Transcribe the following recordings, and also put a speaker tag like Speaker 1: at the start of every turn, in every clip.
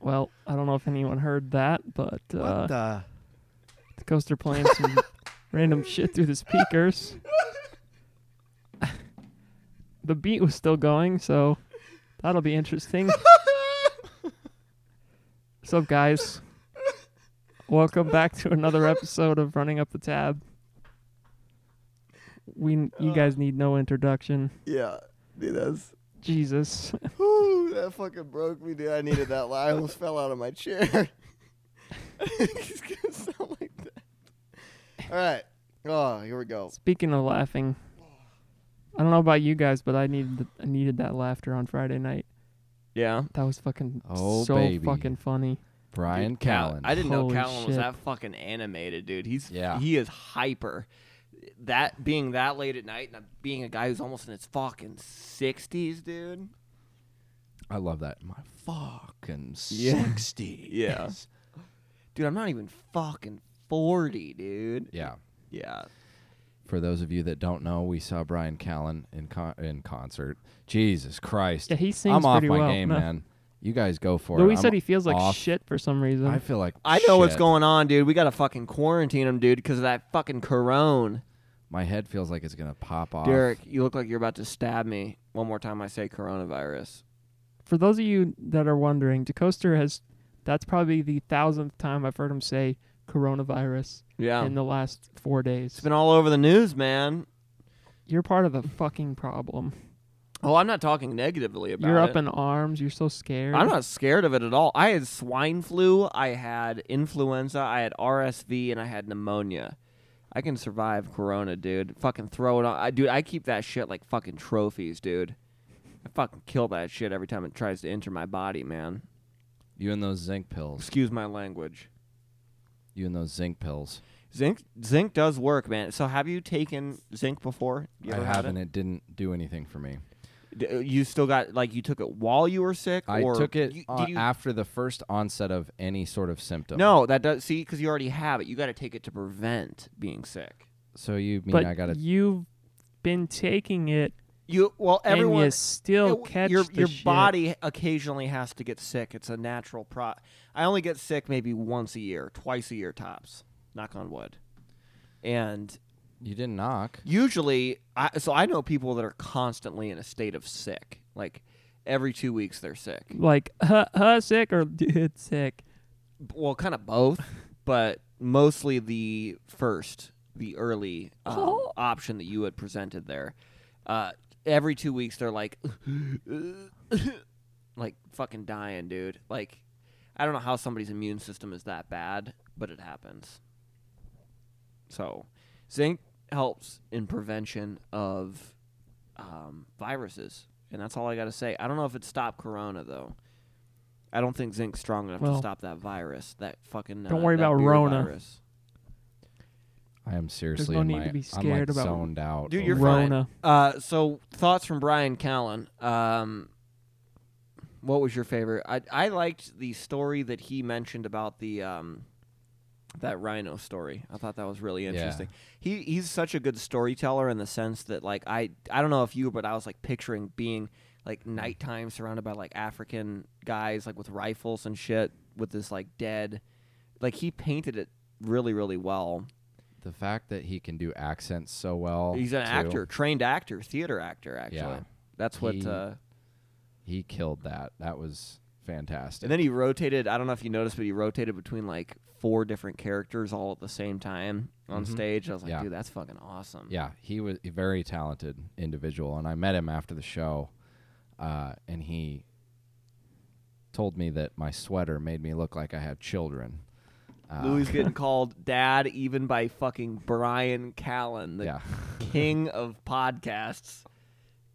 Speaker 1: Well, I don't know if anyone heard that, but uh,
Speaker 2: what the?
Speaker 1: the coaster playing some random shit through the speakers. the beat was still going, so that'll be interesting. What's up, guys? Welcome back to another episode of Running Up the Tab. We,
Speaker 2: Uh.
Speaker 1: you guys need no introduction.
Speaker 2: Yeah, dude, that's.
Speaker 1: Jesus,
Speaker 2: Whew, that fucking broke me, dude. I needed that. line. I almost fell out of my chair. it's gonna sound like that. All right. Oh, here we go.
Speaker 1: Speaking of laughing, I don't know about you guys, but I needed I needed that laughter on Friday night.
Speaker 2: Yeah.
Speaker 1: That was fucking
Speaker 3: Oh,
Speaker 1: so
Speaker 3: baby.
Speaker 1: fucking funny.
Speaker 3: Brian
Speaker 4: Dude, Cal-
Speaker 3: Callen.
Speaker 4: I didn't
Speaker 1: Holy
Speaker 4: know Callan
Speaker 1: shit.
Speaker 4: was that fucking animated, dude. He's
Speaker 3: Yeah.
Speaker 4: he is hyper. That being that late at night and being a guy who's almost in his fucking sixties, dude.
Speaker 3: I love that. My fucking
Speaker 4: Yeah.
Speaker 3: sixty.
Speaker 4: Yeah. Dude, I'm not even fucking forty, dude.
Speaker 3: Yeah.
Speaker 4: Yeah.
Speaker 3: For those of you that don't know, we saw Brian Callen in con- in concert. Jesus Christ.
Speaker 1: Yeah, he sings
Speaker 3: I'm off
Speaker 1: pretty
Speaker 3: my
Speaker 1: well.
Speaker 3: game,
Speaker 1: No.
Speaker 3: man. You guys go for
Speaker 1: Louis
Speaker 3: it. I'm
Speaker 1: said he feels like
Speaker 3: off.
Speaker 1: shit for some reason.
Speaker 3: I feel like
Speaker 4: I know what's
Speaker 3: shit.
Speaker 4: going on, dude. We gotta fucking quarantine him, dude, because of that fucking corona.
Speaker 3: My head feels like it's gonna pop off.
Speaker 4: Derek, you look like you're about to stab me one more time. I say coronavirus.
Speaker 1: for those of you that are wondering, DeCoster has that's probably the thousandth time I've heard him say coronavirus
Speaker 4: Yeah.
Speaker 1: in the last four days.
Speaker 4: it's been all over the news, man.
Speaker 1: You're part of the fucking problem.
Speaker 4: Oh, I'm not talking negatively about
Speaker 1: You're
Speaker 4: it.
Speaker 1: up in arms. You're so scared.
Speaker 4: I'm not scared of it at all. I had swine flu, I had influenza, I had RSV, and I had pneumonia. I can survive corona, dude. Fucking throw it on. I, dude, I keep that shit like fucking trophies, dude. I fucking kill that shit every time it tries to enter my body, man.
Speaker 3: You and those zinc pills.
Speaker 4: Excuse my language.
Speaker 3: You and those zinc pills.
Speaker 4: Zinc zinc does work, man. So have you taken zinc before? You
Speaker 3: I
Speaker 4: ever had
Speaker 3: haven't.
Speaker 4: it?
Speaker 3: It? didn't do anything for me.
Speaker 4: D- uh, you still got like you took it while you were sick
Speaker 3: I
Speaker 4: or
Speaker 3: took it
Speaker 4: you,
Speaker 3: uh,
Speaker 4: did you
Speaker 3: after the first onset of any sort of symptom.
Speaker 4: No, that does see cuz you already have it. You got to take it to prevent being sick.
Speaker 3: So you mean
Speaker 1: But
Speaker 3: I gotta?
Speaker 1: you've been taking it,
Speaker 4: You well, everyone.
Speaker 1: and you still
Speaker 4: it-
Speaker 1: catch
Speaker 4: your
Speaker 1: the
Speaker 4: your
Speaker 1: shit.
Speaker 4: body occasionally has to get sick. It's a natural pro. I only get sick maybe once a year, twice a year tops. Knock on wood. And
Speaker 3: You didn't knock.
Speaker 4: usually, I, so I know people that are constantly in a state of sick. Like every two weeks, they're sick.
Speaker 1: Like, huh, huh, sick or dude, sick.
Speaker 4: Well, kind of both, but mostly the first, the early um,
Speaker 1: Oh.
Speaker 4: option that you had presented there. Uh, every two weeks, they're like, like fucking dying, dude. Like, I don't know how somebody's immune system is that bad, but it happens. So, zinc helps in prevention of um, viruses, and that's all I got to say. I don't know if it stopped corona though. I don't think zinc's strong enough
Speaker 1: Well.
Speaker 4: to stop that virus. That fucking uh,
Speaker 1: Don't worry
Speaker 4: that
Speaker 1: about
Speaker 4: beer
Speaker 1: Rona.
Speaker 4: virus.
Speaker 3: I am seriously
Speaker 1: no
Speaker 3: in
Speaker 1: need
Speaker 3: my-
Speaker 1: to be
Speaker 3: I'm
Speaker 1: scared
Speaker 3: like
Speaker 1: about-
Speaker 3: zoned out.
Speaker 4: Dude, you're
Speaker 3: over-
Speaker 4: fine.
Speaker 1: Rona.
Speaker 4: Uh, so thoughts from Brian Callen. Um, what was your favorite? I I liked the story that he mentioned about the um, that rhino story. I thought that was really interesting. He he's such a good storyteller in the sense that like I I don't know if you but I was like picturing being like nighttime surrounded by like African guys like with rifles and shit with this like dead like he painted it really really well.
Speaker 3: The fact that he can do accents so well.
Speaker 4: He's an
Speaker 3: Oh, too,
Speaker 4: actor, trained actor, theater actor actually.
Speaker 3: Yeah.
Speaker 4: That's what
Speaker 3: He-
Speaker 4: uh
Speaker 3: He killed that. That was fantastic.
Speaker 4: And then he rotated. I don't know if you noticed, but he rotated between like four different characters all at the same time on
Speaker 3: Mhm.
Speaker 4: stage. I was like,
Speaker 3: Yeah.
Speaker 4: dude, that's fucking awesome.
Speaker 3: yeah, he was a very talented individual, and I met him after the show, uh, and he told me that my sweater made me look like I had children. Uh,
Speaker 4: Louis getting called dad even by fucking Brian Callen, the
Speaker 3: yeah,
Speaker 4: king of podcasts.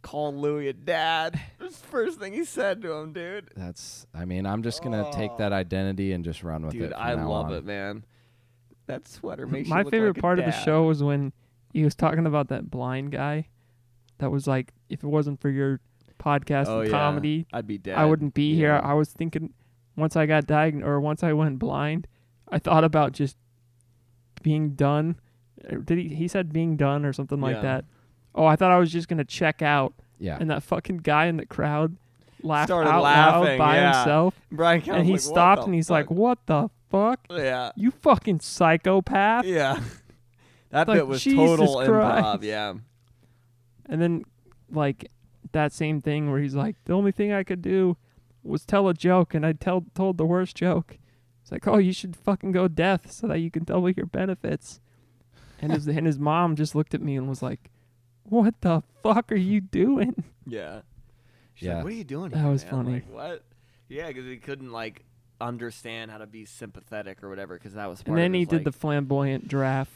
Speaker 4: Call Louis a dad. That's the first thing he said to him, dude.
Speaker 3: that's. I mean, I'm just gonna take that identity and just run with it.
Speaker 4: Oh. dude,
Speaker 3: from
Speaker 4: I
Speaker 3: now
Speaker 4: love
Speaker 3: on.
Speaker 4: it, man. That sweater makes you
Speaker 1: My
Speaker 4: look
Speaker 1: favorite
Speaker 4: like a
Speaker 1: part of the
Speaker 4: dad.
Speaker 1: show was when he was talking about that blind guy that was like, if it wasn't for your podcast
Speaker 4: Oh,
Speaker 1: and
Speaker 4: yeah.
Speaker 1: comedy,
Speaker 4: I'd be dead.
Speaker 1: I wouldn't be here.
Speaker 3: yeah.
Speaker 1: I was thinking once I got diagnosed or once I went blind, I thought about just being done. Or Did he? He said being done or something like
Speaker 4: Yeah.
Speaker 1: that. Oh, I thought I was just gonna check out,
Speaker 3: Yeah,
Speaker 1: and that fucking guy in the crowd laugh
Speaker 4: Started
Speaker 1: out
Speaker 4: laughing,
Speaker 1: loud by
Speaker 4: yeah.
Speaker 1: himself,
Speaker 4: Brian Callen's
Speaker 1: and he
Speaker 4: like, "What
Speaker 1: stopped
Speaker 4: the
Speaker 1: and he's
Speaker 4: fuck?"
Speaker 1: like, "What the fuck?
Speaker 4: Yeah.
Speaker 1: You fucking psychopath!"
Speaker 4: Yeah. That
Speaker 1: Like,
Speaker 4: bit was
Speaker 1: Jesus
Speaker 4: total
Speaker 1: Christ.
Speaker 4: improv, yeah.
Speaker 1: And then, like that same thing where he's like, "The only thing I could do was tell a joke, and I tell told the worst joke." It's like, "Oh, you should fucking go death so that you can double your benefits." And his and his mom just looked at me and was like, "What the fuck are you doing?"
Speaker 4: Yeah. She's
Speaker 3: Yeah.
Speaker 4: like, what are you doing
Speaker 1: That
Speaker 4: here,
Speaker 1: was
Speaker 4: man?"
Speaker 1: funny.
Speaker 4: Like, what? Yeah, because he couldn't, like, understand how to be sympathetic or whatever, because that was
Speaker 1: And
Speaker 4: part
Speaker 1: then
Speaker 4: of
Speaker 1: he
Speaker 4: his,
Speaker 1: did the
Speaker 4: like-
Speaker 1: flamboyant draft.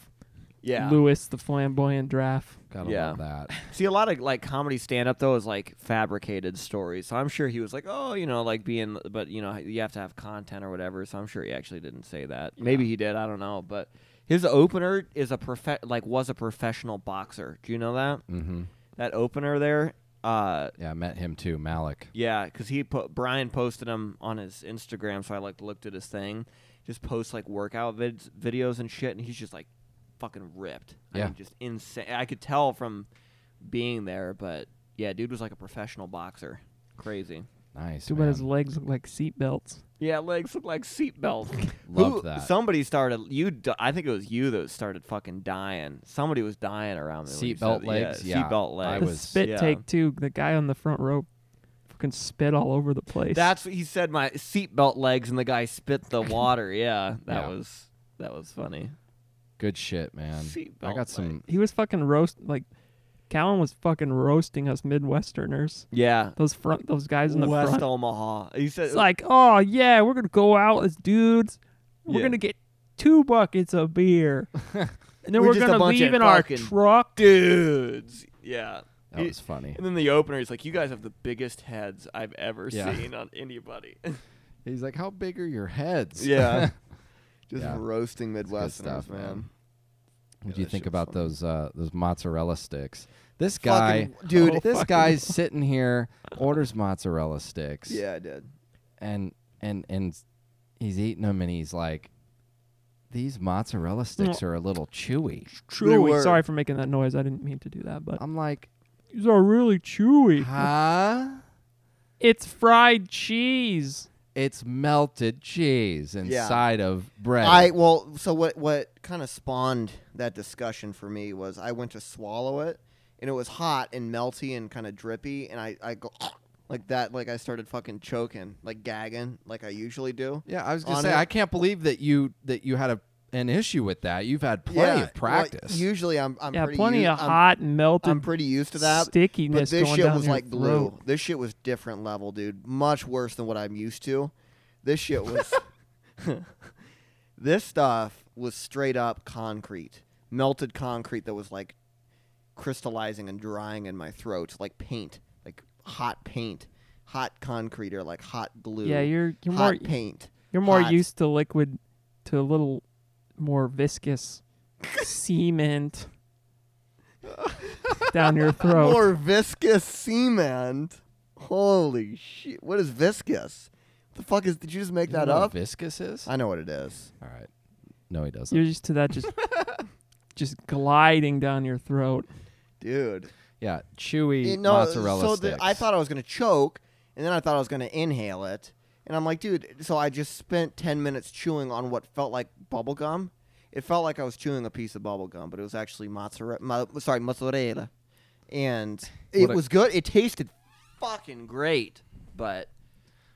Speaker 4: Yeah.
Speaker 1: Lewis, the flamboyant draft.
Speaker 3: Gotta
Speaker 4: Yeah.
Speaker 3: love that.
Speaker 4: See, a lot of, like, comedy stand up, though, is, like, fabricated stories. So I'm sure he was like, oh, you know, like, being, but, you know, you have to have content or whatever. So I'm sure he actually didn't say that. Maybe he did. I don't know. But his opener is a prof, like, was a professional boxer. Do you know that?
Speaker 3: hmm
Speaker 4: That opener there, uh,
Speaker 3: Yeah, I met him too, Malik.
Speaker 4: Yeah, because he put Brian posted him on his Instagram, so I like looked at his thing. Just posts like workout vids, videos and shit, and he's just like fucking ripped. I
Speaker 3: Yeah.
Speaker 4: mean, just insane. I could tell from being there, but yeah, dude was like a professional boxer. Crazy. Oh,
Speaker 3: Nice.
Speaker 1: Too bad his
Speaker 3: man.
Speaker 1: legs look like seatbelts.
Speaker 4: Yeah, legs look like seatbelts.
Speaker 3: Loved that.
Speaker 4: Somebody started you. di- I think it was you that started fucking dying. Somebody was dying around me. when you
Speaker 3: Seatbelt
Speaker 4: said-
Speaker 3: legs?
Speaker 4: Yeah,
Speaker 3: Yeah,
Speaker 4: seatbelt
Speaker 3: I
Speaker 1: The
Speaker 4: legs.
Speaker 3: was-
Speaker 1: spit
Speaker 4: yeah.
Speaker 1: take too. The guy on the front rope fucking spit all over the place.
Speaker 4: That's what he said. My seatbelt legs, and the guy spit the water. Yeah, that
Speaker 3: Yeah.
Speaker 4: was that was funny.
Speaker 3: Good shit, man. I
Speaker 4: Seatbelt
Speaker 3: got some.
Speaker 1: he was fucking roast like Callan was fucking roasting us Midwesterners.
Speaker 4: Yeah,
Speaker 1: Those front those guys in the
Speaker 4: West
Speaker 1: front.
Speaker 4: Omaha. He said,
Speaker 1: It's like, oh yeah, we're gonna go out as dudes. We're
Speaker 4: Yeah.
Speaker 1: gonna get two buckets of beer. And then
Speaker 4: We're
Speaker 1: we're,
Speaker 4: just a
Speaker 1: gonna
Speaker 4: bunch
Speaker 1: leave
Speaker 4: of
Speaker 1: in our
Speaker 4: fucking-
Speaker 1: truck.
Speaker 4: dudes. Yeah,
Speaker 3: That was funny.
Speaker 4: and then the opener is like, "You guys have the biggest heads I've ever
Speaker 3: Yeah.
Speaker 4: seen on anybody."
Speaker 3: He's like, "How big are your heads?"
Speaker 2: Yeah. Just
Speaker 3: Yeah.
Speaker 2: roasting
Speaker 3: good
Speaker 2: Midwesterners,
Speaker 3: stuff, man.
Speaker 2: man.
Speaker 3: What
Speaker 4: Yeah,
Speaker 3: do you
Speaker 4: that
Speaker 3: think
Speaker 4: shit was
Speaker 3: about
Speaker 4: funny.
Speaker 3: those uh, those mozzarella sticks? This guy,
Speaker 2: Fucking- dude,
Speaker 1: Oh,
Speaker 3: this
Speaker 1: fucking-
Speaker 3: guy's sitting here, orders mozzarella sticks,
Speaker 2: Yeah, I did.
Speaker 3: and and and he's eating them, and he's like, "These mozzarella sticks are a little chewy."
Speaker 1: Chewy.
Speaker 2: were.
Speaker 1: Sorry for making that noise. I didn't mean to do that, but
Speaker 3: I'm like,
Speaker 1: these are really chewy.
Speaker 3: "Huh?
Speaker 1: It's fried cheese.
Speaker 3: It's melted cheese
Speaker 2: Yeah.
Speaker 3: inside of bread."
Speaker 2: I well, so what? What kind of spawned that discussion for me was I went to swallow it, and it was hot and melty and kind of drippy, and I I go like that, like I started fucking choking, like gagging, like I usually do.
Speaker 3: yeah, I was gonna
Speaker 2: on
Speaker 3: say,
Speaker 2: it-
Speaker 3: I can't believe that you that you had a an issue with that. You've had plenty
Speaker 2: well,
Speaker 3: of practice.
Speaker 2: usually I'm I'm
Speaker 1: yeah,
Speaker 2: pretty
Speaker 1: plenty
Speaker 2: u-
Speaker 1: of
Speaker 2: I'm-
Speaker 1: hot melted
Speaker 2: I'm pretty used to that. But
Speaker 1: stickiness
Speaker 2: this
Speaker 1: going
Speaker 2: shit
Speaker 1: down
Speaker 2: was
Speaker 1: your
Speaker 2: like
Speaker 1: throat.
Speaker 2: blue. This shit was different level, dude. Much worse than what I'm used to. This shit was. this stuff was straight up concrete, melted concrete that was like crystallizing and drying in my throat, like paint, like hot paint, hot concrete, or like hot glue.
Speaker 1: Yeah, you're you're
Speaker 2: hot
Speaker 1: more
Speaker 2: paint.
Speaker 1: you're more
Speaker 2: hot.
Speaker 1: used to liquid to a little more viscous cement down your throat.
Speaker 2: More viscous cement. Holy shit! What is viscous? What the fuck is? Did you just make
Speaker 3: You know
Speaker 2: that
Speaker 3: what
Speaker 2: up?
Speaker 3: Viscous is.
Speaker 2: I know what it is.
Speaker 3: All right. No, he doesn't.
Speaker 1: you're used to that just just gliding down your throat.
Speaker 2: Dude,
Speaker 3: Yeah, chewy
Speaker 2: It- no,
Speaker 3: mozzarella
Speaker 2: so the-
Speaker 3: sticks.
Speaker 2: I thought I was gonna choke, and then I thought I was gonna inhale it, and I'm like, dude. So I just spent ten minutes chewing on what felt like bubble gum. It felt like I was chewing a piece of bubble gum, but it was actually mozzarella. mo- sorry, mozzarella, and it
Speaker 3: What a-
Speaker 2: was good. It tasted
Speaker 4: fucking great, but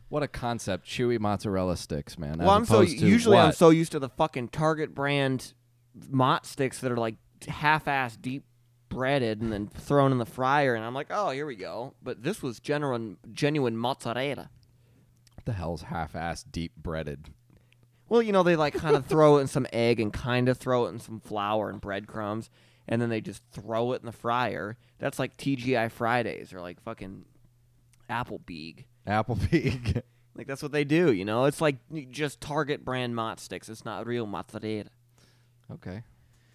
Speaker 3: what a concept, chewy mozzarella sticks, man.
Speaker 4: well,
Speaker 3: as
Speaker 4: I'm so
Speaker 3: opposed to
Speaker 4: usually I'm
Speaker 3: what?
Speaker 4: so used to the fucking Target brand mott sticks that are like half-ass deep breaded and then thrown in the fryer, and I'm like, oh, here we go. But this was genuine, genuine mozzarella.
Speaker 3: What the hell's half-assed deep breaded.
Speaker 4: Well, you know, they like kind of throw it in some egg and kind of throw it in some flour and breadcrumbs, and then they just throw it in the fryer. That's like TGI Fridays or like fucking Applebeeg.
Speaker 3: Apple pig.
Speaker 4: Like that's what they do, you know. It's like just Target brand mott sticks. It's not real mozzarella.
Speaker 3: okay.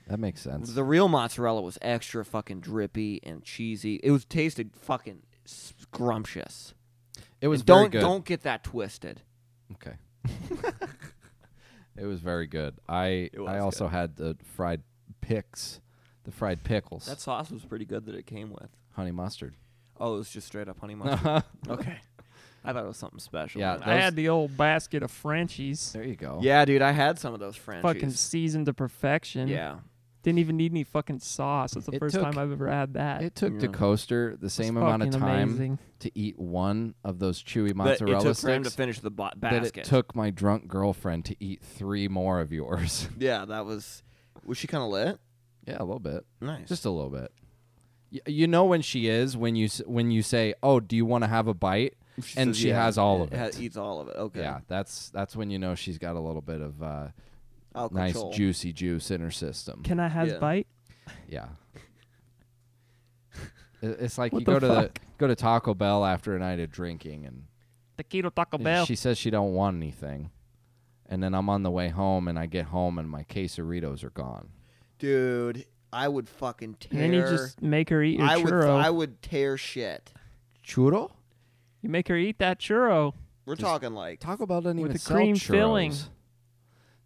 Speaker 3: That makes sense.
Speaker 4: The real mozzarella was extra fucking drippy and cheesy. It was tasted fucking scrumptious.
Speaker 3: It was
Speaker 4: And don't
Speaker 3: very good.
Speaker 4: don't get that twisted.
Speaker 3: Okay. it was very good. I
Speaker 4: It was
Speaker 3: I also had the fried picks, the fried pickles,
Speaker 4: That sauce was pretty good that it came with.
Speaker 3: honey mustard.
Speaker 4: Oh, it was just straight up honey mustard.
Speaker 3: yeah,
Speaker 4: okay.
Speaker 5: I thought it was something special.
Speaker 1: I
Speaker 3: Yeah, those-
Speaker 1: had the old basket of Frenchies,
Speaker 3: There you go.
Speaker 5: yeah, dude, I had some of those Frenchies.
Speaker 1: fucking seasoned to perfection.
Speaker 5: yeah,
Speaker 1: Didn't even need any fucking sauce. That's the
Speaker 3: It
Speaker 1: first
Speaker 3: took-
Speaker 1: time I've ever had that.
Speaker 3: It took
Speaker 4: Mm.
Speaker 5: Yeah.
Speaker 3: the coaster the
Speaker 1: It's
Speaker 3: same amount of
Speaker 1: fucking
Speaker 3: time
Speaker 1: Amazing.
Speaker 3: to eat one of those chewy
Speaker 5: but it
Speaker 3: mozzarella
Speaker 5: took for him to
Speaker 3: sticks
Speaker 5: finish the bo-
Speaker 3: that
Speaker 5: basket.
Speaker 3: it took my drunk girlfriend to eat three more of yours.
Speaker 5: yeah, that
Speaker 4: That was. Was she kind of lit?
Speaker 3: yeah, a little bit,
Speaker 4: Nice.
Speaker 3: just a little bit. Y- you know when she is when you s- when you say, "Oh, do you want to have a bite?" and
Speaker 4: says
Speaker 3: she
Speaker 4: yeah.
Speaker 3: has all of it.
Speaker 4: Ha- eats all of it. Okay.
Speaker 3: Yeah, that's that's when you know she's got a little bit of uh,
Speaker 4: I'll
Speaker 3: nice
Speaker 4: control.
Speaker 3: juicy juice in her system.
Speaker 1: Can I have
Speaker 4: Yeah.
Speaker 1: bite?
Speaker 3: Yeah. It- it's like
Speaker 1: What
Speaker 3: you
Speaker 1: the
Speaker 3: go to the
Speaker 1: fuck?
Speaker 3: go to Taco Bell after a night of drinking and
Speaker 1: Taquito Taco Bell.
Speaker 3: She says she don't want anything. And then I'm on the way home and I get home and my quesaritos are gone.
Speaker 4: Dude, I would fucking tear.
Speaker 1: and then you just make her eat your
Speaker 4: I would.
Speaker 1: churro.
Speaker 4: I would tear shit.
Speaker 3: Churro?
Speaker 1: you make her eat that churro.
Speaker 4: We're
Speaker 3: Just-
Speaker 4: talking like.
Speaker 3: Taco Bell doesn't
Speaker 1: With
Speaker 3: even
Speaker 1: the
Speaker 3: sell
Speaker 1: cream
Speaker 3: churros.
Speaker 1: filling.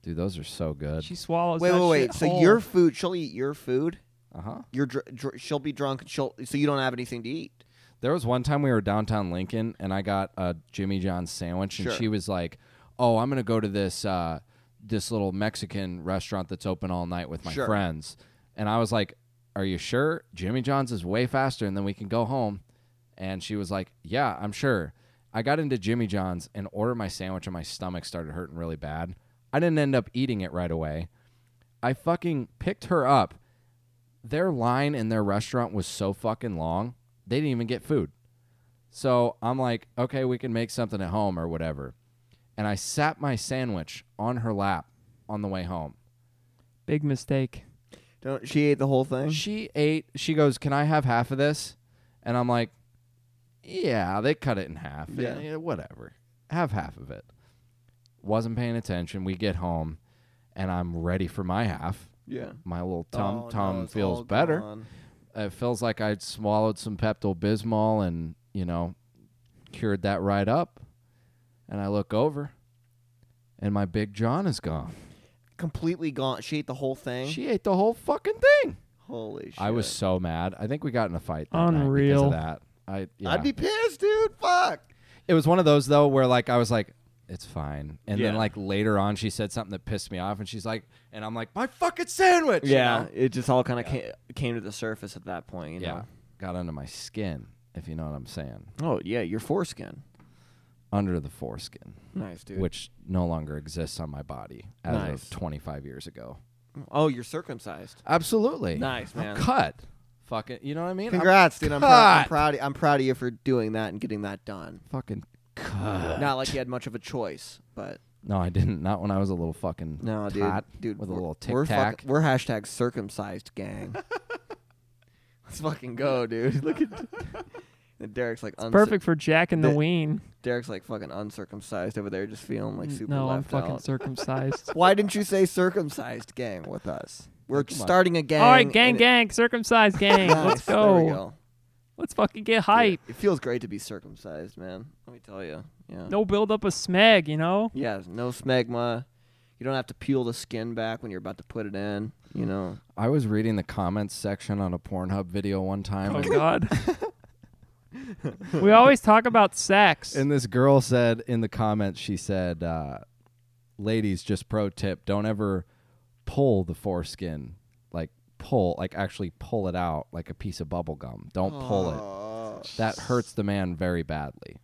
Speaker 3: Dude, those are so good.
Speaker 1: She swallows.
Speaker 4: Wait,
Speaker 1: that
Speaker 4: wait,
Speaker 1: shit
Speaker 4: wait. So
Speaker 1: whole.
Speaker 4: your food, she'll eat your food.
Speaker 3: Uh huh.
Speaker 4: You're dr- dr- she'll be drunk. and She'll so you don't have anything to eat.
Speaker 3: There was one time we were downtown Lincoln and I got a Jimmy John's sandwich and
Speaker 4: Sure.
Speaker 3: she was like, "Oh, I'm gonna go to this uh, this little Mexican restaurant that's open all night with my
Speaker 4: Sure.
Speaker 3: friends," and I was like, "Are you sure? Jimmy John's is way faster, and then we can go home." And she was like, "Yeah, I'm sure." I got into Jimmy John's and ordered my sandwich, and my stomach started hurting really bad. I didn't end up eating it right away. I fucking picked her up. Their line in their restaurant was so fucking long, they didn't even get food. So I'm like, okay, we can make something at home or whatever. And I sat my sandwich on her lap on the way home.
Speaker 1: big mistake.
Speaker 4: Don't she ate the whole thing?
Speaker 3: She ate, she goes, Can I have half of this? And I'm like, Yeah, they cut it in half.
Speaker 4: Yeah.
Speaker 3: Yeah, whatever. Have half of it. Wasn't paying attention. We get home and I'm ready for my half.
Speaker 4: Yeah.
Speaker 3: My little tum
Speaker 4: Oh, no,
Speaker 3: tum
Speaker 4: it's
Speaker 3: feels
Speaker 4: all
Speaker 3: better.
Speaker 4: gone.
Speaker 3: it feels like I'd swallowed some Pepto Bismol and, you know, cured that right up. And I look over and my Big John is gone.
Speaker 4: Completely gone. She ate the whole thing.
Speaker 3: She ate the whole fucking thing.
Speaker 4: Holy shit.
Speaker 3: I was so mad. I think we got in a fight. That night because
Speaker 1: Unreal.
Speaker 3: of that. I, yeah.
Speaker 4: I'd be pissed, dude. Fuck.
Speaker 3: it was one of those though where like I was like, it's fine. And then
Speaker 5: Yeah.
Speaker 3: like later on she said something that pissed me off and she's like and I'm like, My fucking sandwich. you
Speaker 5: yeah,
Speaker 3: know?
Speaker 5: it just all kind of came, came to the surface at that point. You
Speaker 3: Yeah.
Speaker 5: know?
Speaker 3: Got under my skin, if you know what I'm saying.
Speaker 5: Oh yeah, your foreskin.
Speaker 3: Under the foreskin.
Speaker 5: Nice, dude.
Speaker 3: which no longer exists on my body as
Speaker 5: Nice.
Speaker 3: of 25 years ago.
Speaker 5: oh, you're circumcised.
Speaker 3: Absolutely.
Speaker 5: Nice,
Speaker 3: I'm
Speaker 5: man.
Speaker 3: cut. Fucking, you know what I mean?
Speaker 4: Congrats, dude. I'm, prou- I'm
Speaker 3: cut.
Speaker 4: proud. I'm proud of you for doing that and getting that done.
Speaker 3: I'm fucking cut.
Speaker 4: Not like you had much of a choice, but
Speaker 3: No, I didn't. Not when I was a little fucking
Speaker 4: no, dude.
Speaker 3: tot
Speaker 4: dude,
Speaker 3: with a
Speaker 4: we're-
Speaker 3: little
Speaker 4: we're
Speaker 3: tic
Speaker 4: fuck-
Speaker 3: tac.
Speaker 4: We're hashtag circumcised gang. Let's fucking go, dude. Look at and Derek's like uncir-
Speaker 1: Perfect for Jack and the
Speaker 4: The-
Speaker 1: Ween.
Speaker 4: Derek's like fucking uncircumcised over there, just feeling like
Speaker 1: N-
Speaker 4: super
Speaker 1: no, I'm
Speaker 4: left
Speaker 1: fucking
Speaker 4: out.
Speaker 1: circumcised.
Speaker 4: Why didn't you say circumcised gang with us? We're
Speaker 3: Come on.
Speaker 4: starting a gang.
Speaker 1: All right, gang,
Speaker 4: and-
Speaker 1: gang, circumcised gang.
Speaker 4: Nice,
Speaker 1: Let's
Speaker 4: there we
Speaker 1: go.
Speaker 4: go.
Speaker 1: Let's fucking get
Speaker 4: Dude,
Speaker 1: hype.
Speaker 4: it feels great to be circumcised, man. Let me tell you. Yeah.
Speaker 1: No build up a smeg, you know.
Speaker 4: Yeah, no smegma. You don't have to peel the skin back when you're about to put it in. You know.
Speaker 3: I was reading the comments section on a Pornhub video one time,
Speaker 1: Oh
Speaker 3: and,
Speaker 1: God. we always talk about sex.
Speaker 3: and this girl said in the comments, she said, uh, "Ladies, just pro tip: don't ever pull the foreskin, like pull, like actually pull it out like a piece of bubble gum. Don't pull it.
Speaker 4: Oh,
Speaker 3: That hurts the man very badly."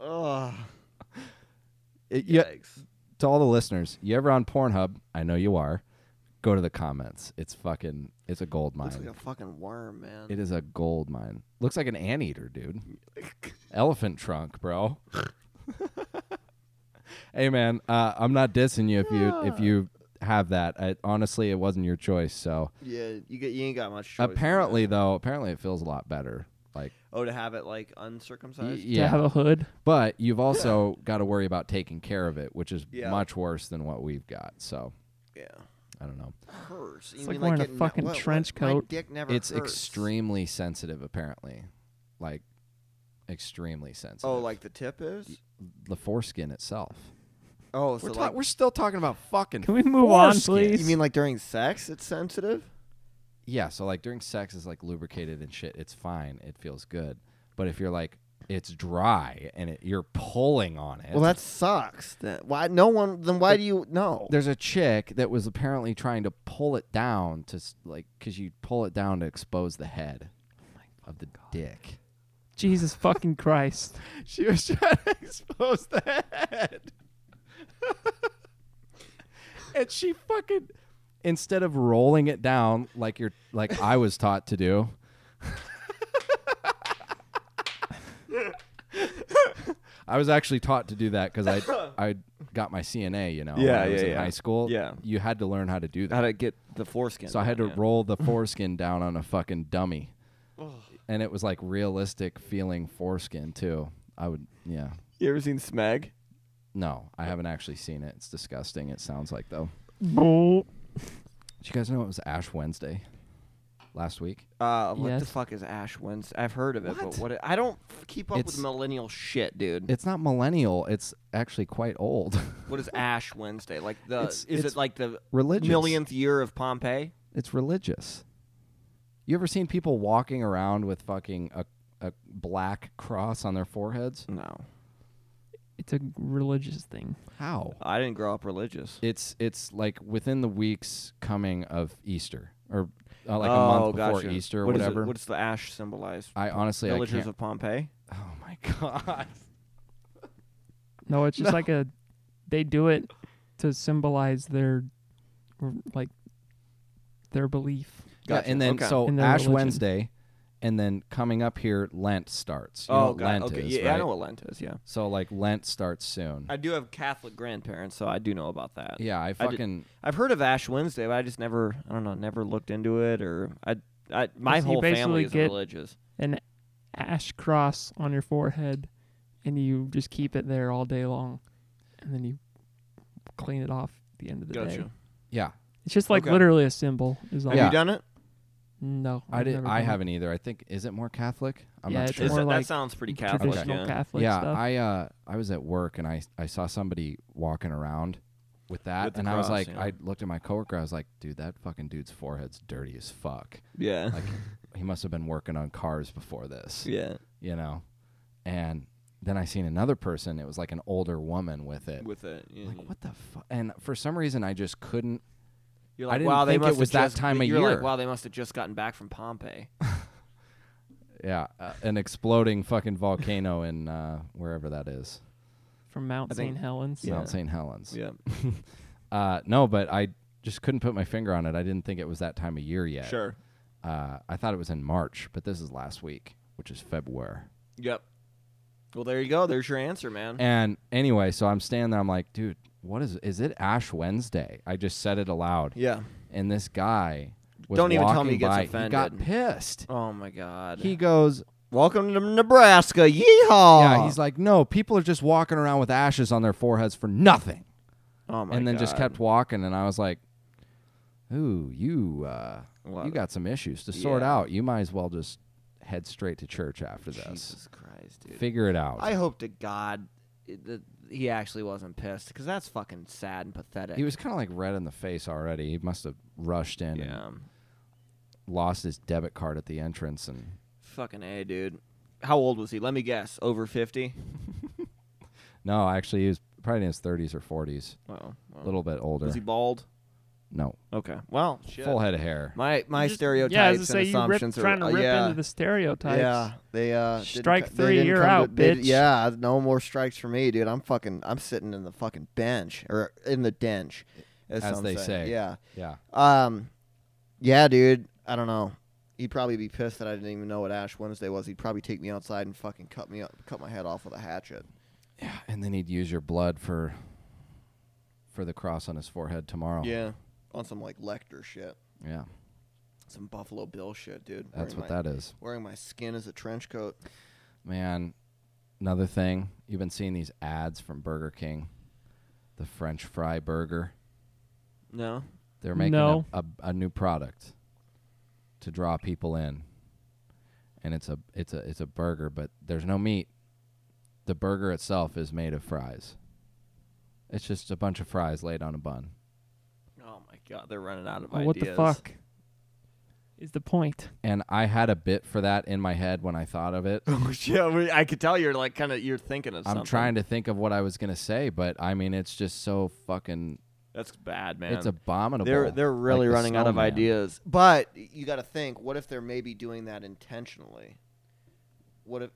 Speaker 4: ugh,
Speaker 3: It, you,
Speaker 4: yikes.
Speaker 3: to all the listeners, you ever on Pornhub? I know you are. Go to the comments. It's fucking. It's a gold mine.
Speaker 4: Looks like a fucking worm, man.
Speaker 3: it is a gold mine. Looks like an anteater, dude. Elephant trunk, bro. hey man, uh, I'm not dissing you if you if you have that. I, honestly, it wasn't your choice. So
Speaker 4: yeah, you get you ain't got much. choice in that.
Speaker 3: apparently, though, apparently it feels a lot better. Like
Speaker 4: oh, to have it like
Speaker 3: y-
Speaker 4: uncircumcised.
Speaker 1: To have
Speaker 3: yeah,
Speaker 1: a hood.
Speaker 3: but you've also got to worry about taking care of it, which is
Speaker 4: Yeah.
Speaker 3: much worse than what we've got. So
Speaker 4: yeah,
Speaker 3: I don't know.
Speaker 4: hurts.
Speaker 1: It's like wearing a
Speaker 4: getting that-
Speaker 1: fucking
Speaker 4: what- what-
Speaker 1: trench
Speaker 4: my
Speaker 1: coat.
Speaker 4: dick never.
Speaker 3: it's
Speaker 4: hurts.
Speaker 3: extremely sensitive apparently like extremely sensitive
Speaker 4: Oh, like the tip is.
Speaker 3: the foreskin itself
Speaker 4: Oh,
Speaker 3: we're,
Speaker 4: so
Speaker 3: ta-
Speaker 4: like
Speaker 3: we're still talking about fucking
Speaker 1: Can we move on,
Speaker 3: foreskin.
Speaker 1: please?
Speaker 4: you mean like during sex it's sensitive?
Speaker 3: yeah so like during sex is like lubricated and shit it's fine it feels good but if you're like it's dry and it, you're pulling on it.
Speaker 2: Well, that sucks. That why no one? Then why do you no?
Speaker 3: there's a chick that was apparently trying to pull it down to s- like because you pull it down to expose the head of the dick.
Speaker 1: Jesus fucking Christ.
Speaker 3: She was trying to expose the head, and she fucking instead of rolling it down like you're like I was taught to do. I was actually taught to do that because I I got my CNA, you know, when
Speaker 4: Yeah,
Speaker 3: I was
Speaker 4: yeah,
Speaker 3: in
Speaker 4: yeah.
Speaker 3: high school.
Speaker 4: Yeah.
Speaker 3: you had to learn how to do that.
Speaker 4: How to get the foreskin?
Speaker 3: So I had to
Speaker 4: down, yeah.
Speaker 3: roll the foreskin down on a fucking dummy. and it was like realistic feeling foreskin too. I would yeah.
Speaker 4: You ever seen Smeg?
Speaker 3: No, I haven't actually seen it. It's disgusting. It sounds like though.
Speaker 1: That's
Speaker 3: Did you guys know it was Ash Wednesday last week?
Speaker 4: Uh, what the
Speaker 1: Yes.
Speaker 4: fuck is Ash Wednesday? I've heard of it,
Speaker 3: What?
Speaker 4: but what? It, I don't f- keep up
Speaker 3: It's-
Speaker 4: with millennial shit, dude.
Speaker 3: It's not millennial. It's actually quite old.
Speaker 4: what is Ash Wednesday? Like the
Speaker 3: It's-
Speaker 4: is
Speaker 3: it's
Speaker 4: it like the
Speaker 3: religious.
Speaker 4: millionth year of Pompeii?
Speaker 3: It's religious. You ever seen people walking around with fucking a a black cross on their foreheads?
Speaker 4: No,
Speaker 1: It's a religious thing.
Speaker 3: How?
Speaker 4: I didn't grow up religious.
Speaker 3: it's it's like within the weeks coming of Easter or uh, like a
Speaker 4: Oh,
Speaker 3: month before
Speaker 4: gotcha.
Speaker 3: Easter or
Speaker 4: What is it-
Speaker 3: whatever.
Speaker 4: What does the ash symbolize?
Speaker 3: I honestly I
Speaker 4: Villagers
Speaker 3: can't.
Speaker 4: of Pompeii.
Speaker 3: oh my god!
Speaker 1: No, it's just like a they do it to symbolize their r- like their belief.
Speaker 4: Gotcha.
Speaker 3: Yeah, and then
Speaker 4: Okay.
Speaker 3: so
Speaker 1: In their
Speaker 3: Ash
Speaker 1: religion.
Speaker 3: Wednesday, and then coming up here Lent starts. You know
Speaker 4: oh,
Speaker 3: what
Speaker 4: God.
Speaker 3: Lent
Speaker 4: okay.
Speaker 3: is
Speaker 4: yeah,
Speaker 3: right?
Speaker 4: I know what Lent is. Yeah,
Speaker 3: So like Lent starts soon.
Speaker 4: I do have Catholic grandparents, so I do know about that.
Speaker 3: yeah, I
Speaker 4: did-
Speaker 3: fucking
Speaker 4: I've heard of Ash Wednesday, but I just never, I don't know, never looked into it, or I, I my
Speaker 1: So you
Speaker 4: whole
Speaker 1: basically
Speaker 4: family is
Speaker 1: get-
Speaker 4: religious.
Speaker 1: An ash cross on your forehead, and you just keep it there all day long, and then you clean it off at the end of the day.
Speaker 4: Gotcha.
Speaker 3: yeah.
Speaker 1: It's just like
Speaker 4: Okay.
Speaker 1: literally a symbol. Is all.
Speaker 4: Have
Speaker 3: Yeah.
Speaker 4: you done it?
Speaker 1: No,
Speaker 3: I
Speaker 1: I've
Speaker 3: did.
Speaker 1: never
Speaker 3: I
Speaker 1: done it.
Speaker 3: haven't either. I think is it more Catholic? I'm
Speaker 1: Yeah,
Speaker 3: not
Speaker 1: it's
Speaker 3: sure.
Speaker 4: Is
Speaker 1: more
Speaker 4: it- that
Speaker 1: like
Speaker 4: sounds pretty Catholic.
Speaker 1: traditional
Speaker 4: yeah.
Speaker 1: Catholic
Speaker 3: yeah,
Speaker 1: stuff.
Speaker 3: I uh I was at work and I I saw somebody walking around with that
Speaker 4: With the
Speaker 3: and I was
Speaker 4: cross,
Speaker 3: like
Speaker 4: yeah.
Speaker 3: I looked at my coworker I was like dude that fucking dude's forehead's dirty as fuck.
Speaker 4: Yeah.
Speaker 3: Like he must have been working on cars before this,
Speaker 4: yeah.
Speaker 3: you know. And then I seen another person, it was like an older woman with it.
Speaker 4: With it. Yeah.
Speaker 3: like what the fuck? And for some reason I just couldn't
Speaker 4: You're
Speaker 3: I
Speaker 4: like,
Speaker 3: didn't
Speaker 4: wow, they
Speaker 3: think it
Speaker 4: must have
Speaker 3: was that
Speaker 4: just-
Speaker 3: time of
Speaker 4: you're
Speaker 3: year.
Speaker 4: Like, wow, they must have just gotten back from Pompeii.
Speaker 3: yeah, uh, an exploding fucking volcano in uh wherever that is.
Speaker 1: from Mount
Speaker 4: I think-
Speaker 1: St. Helens.
Speaker 4: Yeah.
Speaker 3: Mount St. Helens.
Speaker 4: yeah.
Speaker 3: Uh, no, but I just couldn't put my finger on it. I didn't think it was that time of year yet.
Speaker 4: Sure.
Speaker 3: Uh, I thought it was in March, but this is last week, which is February.
Speaker 4: Yep. Well, there you go. There's your answer, man.
Speaker 3: And anyway, so I'm standing there. I'm like, dude, what is? Is it Ash Wednesday? I just said it aloud.
Speaker 4: yeah.
Speaker 3: And this guy was
Speaker 4: Don't even tell
Speaker 3: walking
Speaker 4: me he gets
Speaker 3: by. got
Speaker 4: offended.
Speaker 3: pissed.
Speaker 4: Oh my God.
Speaker 3: He goes,
Speaker 4: Welcome to Nebraska. Yeehaw.
Speaker 3: yeah. He's like, no, people are just walking around with ashes on their foreheads for nothing.
Speaker 4: oh my
Speaker 3: and then just
Speaker 4: God.
Speaker 3: kept walking and i was like ooh you uh
Speaker 4: Lot
Speaker 3: you
Speaker 4: of-
Speaker 3: got some issues to sort
Speaker 4: Yeah.
Speaker 3: out you might as well just head straight to church after this
Speaker 4: Jesus Christ, dude.
Speaker 3: figure it out
Speaker 4: I hope to God it- that he actually wasn't pissed because that's fucking sad and pathetic.
Speaker 3: he was kind of like red in the face already he must have rushed in and
Speaker 4: yeah,
Speaker 3: lost his debit card at the entrance and
Speaker 4: fucking a dude. How old was he? Let me guess. Over fifty.
Speaker 3: no actually he was probably in his 30s or 40s
Speaker 4: Wow.
Speaker 3: a
Speaker 4: wow.
Speaker 3: little bit
Speaker 4: Oh.
Speaker 3: older
Speaker 4: Was he bald?
Speaker 3: no
Speaker 4: Okay. Well, shit.
Speaker 3: full head of hair
Speaker 4: My my
Speaker 1: Just-
Speaker 4: stereotypes
Speaker 1: Yeah, as I say,
Speaker 4: and
Speaker 1: you rip,
Speaker 4: assumptions are
Speaker 1: trying to
Speaker 4: uh,
Speaker 1: rip
Speaker 4: yeah,
Speaker 1: into the stereotypes.
Speaker 2: Yeah, they uh didn't
Speaker 1: Strike
Speaker 2: co- they
Speaker 1: three,
Speaker 2: didn't
Speaker 1: you're
Speaker 2: come to-
Speaker 1: out,
Speaker 2: they-
Speaker 1: bitch.
Speaker 2: yeah, no more strikes for me, dude. I'm fucking, I'm sitting in the fucking bench or in the dench, as,
Speaker 3: As
Speaker 2: some
Speaker 3: they say.
Speaker 2: Yeah,
Speaker 3: yeah
Speaker 2: um, yeah, dude. I don't know. He'd probably be pissed that I didn't even know what Ash Wednesday was. He'd probably take me outside and fucking cut me up, cut my head off with a hatchet.
Speaker 3: yeah and then he'd use your blood for for the cross on his forehead tomorrow
Speaker 2: Yeah, on some like Lecter shit,
Speaker 3: yeah
Speaker 2: some Buffalo Bill shit, dude.
Speaker 3: that's
Speaker 2: Wearing
Speaker 3: what
Speaker 2: my,
Speaker 3: that is
Speaker 2: Wearing my skin as a trench coat.
Speaker 3: Man, another thing, you've been seeing these ads from Burger King, the French fry burger.
Speaker 4: no.
Speaker 3: They're making
Speaker 1: No.
Speaker 3: a, a, a new product to draw people in. And it's a it's a it's a burger, but there's no meat. The burger itself is made of fries. It's just a bunch of fries laid on a bun.
Speaker 4: Oh my god, they're running out of
Speaker 1: Oh,
Speaker 4: ideas.
Speaker 1: what the fuck? is the point.
Speaker 3: And I had a bit for that in my head when I thought of it.
Speaker 4: Oh, yeah, we, I could tell you're like kind of you're thinking of something.
Speaker 3: I'm trying to think of what I was gonna say, but I mean, it's just so fucking.
Speaker 4: That's bad, man.
Speaker 3: It's abominable.
Speaker 4: they're they're
Speaker 3: Like
Speaker 4: really
Speaker 3: the
Speaker 4: running out of
Speaker 3: snowman.
Speaker 4: ideas.
Speaker 2: But you got to think, what if they're maybe doing that intentionally? What if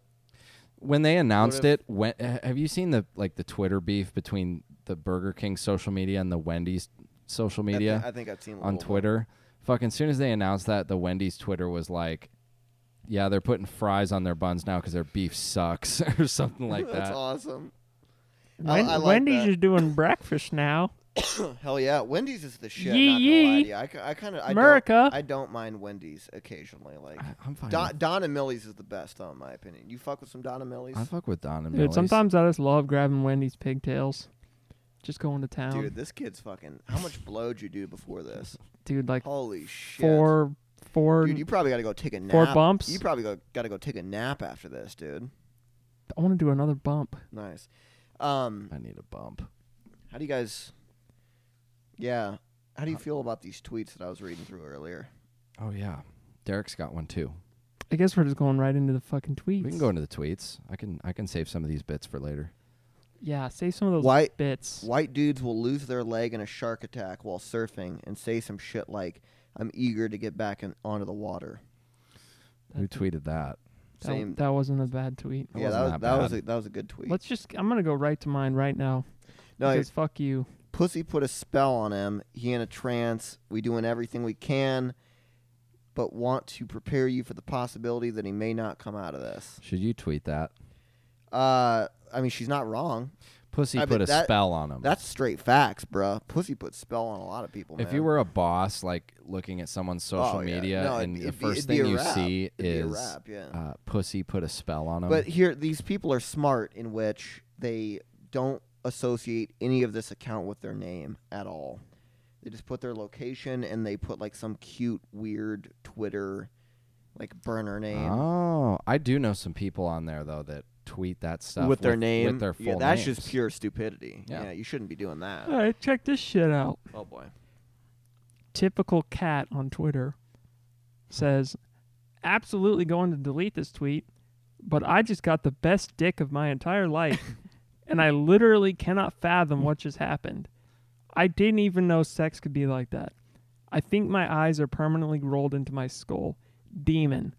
Speaker 3: When they announced
Speaker 2: if-
Speaker 3: it, when ha- have you seen the like the Twitter beef between the Burger King social media and the Wendy's social
Speaker 2: I thi-
Speaker 3: media?
Speaker 2: I, think I've seen a
Speaker 3: on
Speaker 2: little bit.
Speaker 3: Twitter. Fucking soon as they announced that, the Wendy's Twitter was like, "Yeah, they're putting fries on their buns now because their beef sucks or something like
Speaker 2: That's
Speaker 3: that."
Speaker 2: awesome. I-
Speaker 1: Wen-
Speaker 2: I like
Speaker 1: Wendy's
Speaker 2: that.
Speaker 1: is doing breakfast now.
Speaker 2: Hell yeah, Wendy's is the shit.
Speaker 1: Yee
Speaker 2: not gonna lie
Speaker 1: yee.
Speaker 2: to you. I, ki- I kind of I
Speaker 1: America.
Speaker 2: Don't, I don't mind Wendy's occasionally. Like
Speaker 3: I, am fine.
Speaker 2: Don,
Speaker 3: with-
Speaker 2: Don and Millie's is the best, though, in my opinion. You fuck with some Don and Millie's,
Speaker 3: I fuck with Don and
Speaker 1: Dude,
Speaker 3: Millie's.
Speaker 1: sometimes I just love grabbing Wendy's pigtails. Just going to town.
Speaker 2: dude.
Speaker 1: Dude,
Speaker 2: This kid's fucking. How much blowed you do before this?
Speaker 1: like
Speaker 2: Holy shit!
Speaker 1: four four
Speaker 2: Dude, you probably got to go take a nap.
Speaker 1: four bumps.
Speaker 2: You probably go, got to go take a nap after this, dude.
Speaker 1: I want to do another bump.
Speaker 2: Nice. Um,
Speaker 3: I need a bump.
Speaker 2: how do you guys? Yeah, how
Speaker 1: Uh,
Speaker 2: do you feel about these tweets that I was reading through earlier?
Speaker 3: Oh yeah, Derek's got one too.
Speaker 1: I guess we're just going right into the fucking tweets.
Speaker 3: We can go into the tweets. I can I can save some of these bits for later.
Speaker 1: Yeah, save some of those
Speaker 2: Why-
Speaker 1: bits.
Speaker 2: White dudes will lose their leg in a shark attack while surfing and say some shit like, "I'm eager to get back in, onto the water."
Speaker 3: Who tweeted that?
Speaker 1: That,
Speaker 2: Same.
Speaker 1: that wasn't a bad tweet.
Speaker 3: That
Speaker 2: yeah, that was
Speaker 3: wasn't
Speaker 2: that,
Speaker 3: that
Speaker 2: was
Speaker 3: bad.
Speaker 2: a, that was a good tweet.
Speaker 1: Let's just. I'm gonna go right to mine right now.
Speaker 2: no,
Speaker 1: because fuck you.
Speaker 2: pussy put a spell on him. He in a trance. We doing everything we can, but want to prepare you for the possibility that he may not come out of this.
Speaker 3: Should you tweet that?
Speaker 2: Uh, I mean, she's not wrong.
Speaker 3: Pussy
Speaker 2: I
Speaker 3: put
Speaker 2: mean,
Speaker 3: a
Speaker 2: that-
Speaker 3: spell on him.
Speaker 2: That's straight facts, bruh. Pussy put spell on a lot of people.
Speaker 3: if
Speaker 2: man.
Speaker 3: you were a boss, like looking at someone's social
Speaker 2: Oh, yeah.
Speaker 3: media,
Speaker 2: No, it'd
Speaker 3: and
Speaker 2: be-
Speaker 3: the
Speaker 2: it'd be-
Speaker 3: first
Speaker 2: it'd be
Speaker 3: thing
Speaker 2: a
Speaker 3: you
Speaker 2: rap.
Speaker 3: see
Speaker 2: It'd be a
Speaker 3: is
Speaker 2: rap, yeah.
Speaker 3: uh, "pussy put a spell on him."
Speaker 2: But here, these people are smart in which they don't associate any of this account with their name at all. They just put their location and they put like some cute, weird Twitter, like burner name.
Speaker 3: Oh, I do know some people on there though that tweet that stuff
Speaker 2: with their name.
Speaker 3: With their full
Speaker 2: yeah, that's just
Speaker 3: names.
Speaker 2: pure stupidity.
Speaker 3: Yeah.
Speaker 2: Yeah. you shouldn't be doing that.
Speaker 1: All right, check this shit out.
Speaker 2: Oh boy.
Speaker 1: Typical cat on Twitter says, "Absolutely going to delete this tweet, but I just got the best dick of my entire life, and I literally cannot fathom what just happened. I didn't even know sex could be like that. I think my eyes are permanently rolled into my skull. Demon,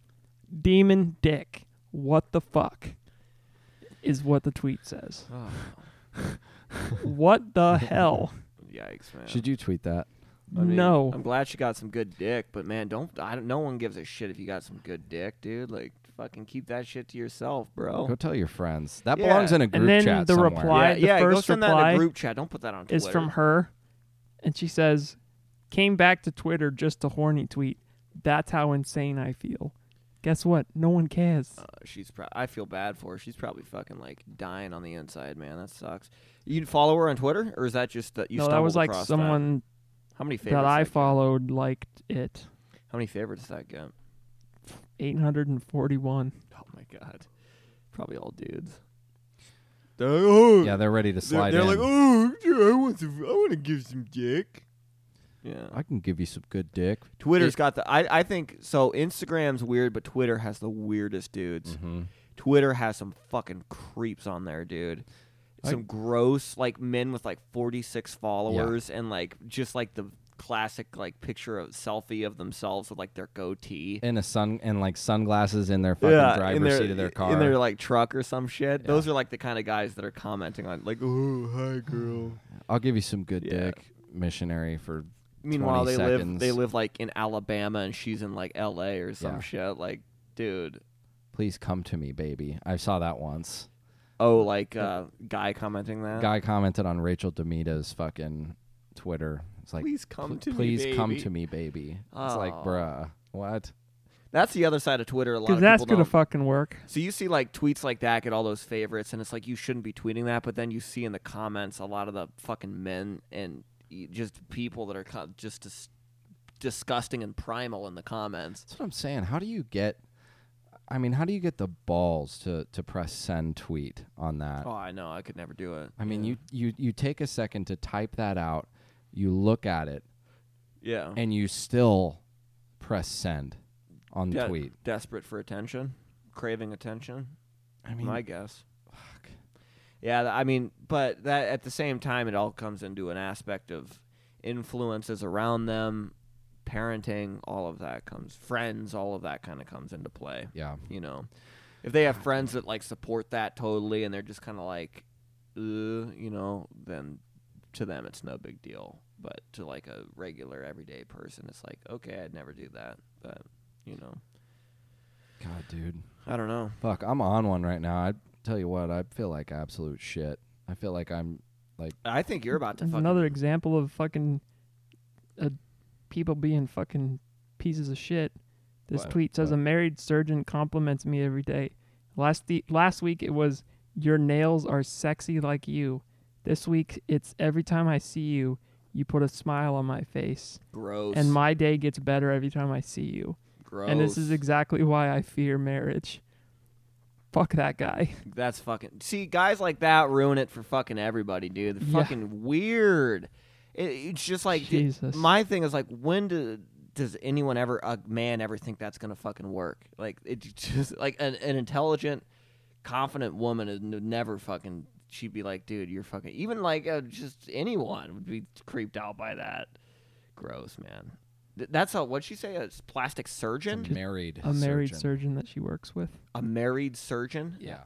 Speaker 1: demon dick. What the fuck?" Is what the tweet says.
Speaker 2: Ah,
Speaker 1: What the hell?
Speaker 4: Yikes, man.
Speaker 3: Should you tweet that?
Speaker 4: I mean,
Speaker 1: no.
Speaker 4: I'm glad she got some good dick, but man, don't I don't no one gives a shit if you got some good dick, dude. Like fucking keep that shit to yourself,
Speaker 2: Oh.
Speaker 4: bro.
Speaker 3: Go tell your friends. That
Speaker 4: Yeah.
Speaker 3: belongs in a group
Speaker 1: And then
Speaker 3: chat
Speaker 1: the
Speaker 3: somewhere.
Speaker 1: reply-
Speaker 4: yeah,
Speaker 1: the
Speaker 4: yeah, go
Speaker 1: first
Speaker 4: send that in
Speaker 1: reply
Speaker 4: a group chat. Don't put that on Twitter.
Speaker 1: is from her, and she says, "Came back to Twitter just to horny tweet. That's how insane I feel. Guess what? No one cares.
Speaker 4: Uh, she's pro- I feel bad for her. She's probably fucking like dying on the inside, man. That sucks. You'd follow her on Twitter, or is that just that you?
Speaker 1: no, that was
Speaker 4: stumbled
Speaker 1: like
Speaker 4: across
Speaker 1: someone
Speaker 4: that? How many
Speaker 1: that,
Speaker 4: favorites?
Speaker 1: I
Speaker 4: follow.
Speaker 1: followed liked it.
Speaker 4: How many favorites did that get?
Speaker 1: 841.
Speaker 4: Oh my god, probably all dudes.
Speaker 3: Yeah, they're ready to slide in.
Speaker 2: oh, I want to, I want to give some dick.
Speaker 4: Yeah,
Speaker 3: I can give you some good dick.
Speaker 4: Twitter's got the. I I think so. Instagram's weird, but Twitter has the weirdest dudes.
Speaker 2: Mm-hmm.
Speaker 3: Mhm.
Speaker 4: Twitter has some fucking creeps on there, dude.
Speaker 3: I-
Speaker 4: Some gross like men with like 46 followers and like just like the classic like picture of selfie of themselves with like their goatee.
Speaker 3: In a sun and like sunglasses in their fucking
Speaker 4: in
Speaker 3: driver's
Speaker 4: their,
Speaker 3: seat of their car.
Speaker 4: in their like truck or some shit. Those are like the kind of guys that are commenting on like. Oh, hi, girl.
Speaker 3: I'll give you some good
Speaker 4: Yeah.
Speaker 3: dick, missionary for.
Speaker 4: Meanwhile,
Speaker 3: 20
Speaker 4: they live they
Speaker 3: seconds.
Speaker 4: live like in Alabama and she's in like L.A. or some
Speaker 3: Yeah.
Speaker 4: shit. Like, dude.
Speaker 3: Please come to me, baby. I saw that once.
Speaker 4: Oh, like uh, guy commenting that.
Speaker 3: Guy commented on Rachel Demita's fucking Twitter. It's like,
Speaker 4: Please come
Speaker 3: "Pl-
Speaker 4: to me,
Speaker 3: please come
Speaker 4: baby."
Speaker 3: to me, baby. It's like,
Speaker 4: Aw.
Speaker 3: bruh, what?
Speaker 4: That's the other side of Twitter. A lot of
Speaker 1: Because
Speaker 4: people
Speaker 1: that's gonna
Speaker 4: don't-
Speaker 1: fucking work.
Speaker 4: So you see like tweets like that get all those favorites, and it's like you shouldn't be tweeting that. But then you see in the comments a lot of the fucking men and y- just people that are co- just dis- disgusting and primal in the comments.
Speaker 3: That's what I'm saying. How do you get? I mean, how do you get the balls to to press send tweet on that?
Speaker 4: Oh, I know, I could never do it.
Speaker 3: I mean, you you you take a second to type that out, you look at it,
Speaker 4: yeah,
Speaker 3: and you still press send on the
Speaker 4: Yeah.
Speaker 3: tweet.
Speaker 4: Desperate for attention, craving attention.
Speaker 3: I mean,
Speaker 4: my guess.
Speaker 3: fuck.
Speaker 4: Yeah, th- I mean, but that at the same time, it all comes into an aspect of influences around them, parenting, all of that comes, friends, all of that kind of comes into play.
Speaker 3: yeah.
Speaker 4: You know, if they have friends that like support that totally, and they're just kind of like, "Ugh," you know, then to them it's no big deal. But to like a regular everyday person, it's like, okay, I'd never do that. But you know,
Speaker 3: God, dude.
Speaker 4: I don't know.
Speaker 3: Fuck, I'm on one right now. I tell you what, I feel like absolute shit. I feel like I'm
Speaker 4: I think you're about to
Speaker 1: It's
Speaker 4: fucking
Speaker 1: another example of fucking uh, people being fucking pieces of shit. This
Speaker 3: What?
Speaker 1: tweet says
Speaker 3: What?
Speaker 1: a married surgeon compliments me every day. Last the last week it was your nails are sexy like you. This week it's every time I see you, you put a smile on my face,
Speaker 4: gross.
Speaker 1: and my day gets better every time I see you.
Speaker 4: gross.
Speaker 1: And this is exactly why I fear marriage. Fuck that guy.
Speaker 4: That's fucking. See, guys like that ruin it for fucking everybody, dude. They're
Speaker 1: Yeah.
Speaker 4: fucking weird. It, it's just like d-
Speaker 1: Jesus.
Speaker 4: my thing is like, when do, does anyone ever, a man ever think that's gonna fucking work? Like it j- just like an, an intelligent, confident woman is n- never fucking. She'd be like, dude, you're fucking. Even like uh, just anyone would be creeped out by that. Gross, man. Th- that's a what'd she say? A s- plastic surgeon,
Speaker 3: married.
Speaker 1: A married
Speaker 3: surgeon.
Speaker 1: surgeon that she works with.
Speaker 4: a married surgeon.
Speaker 3: Yeah.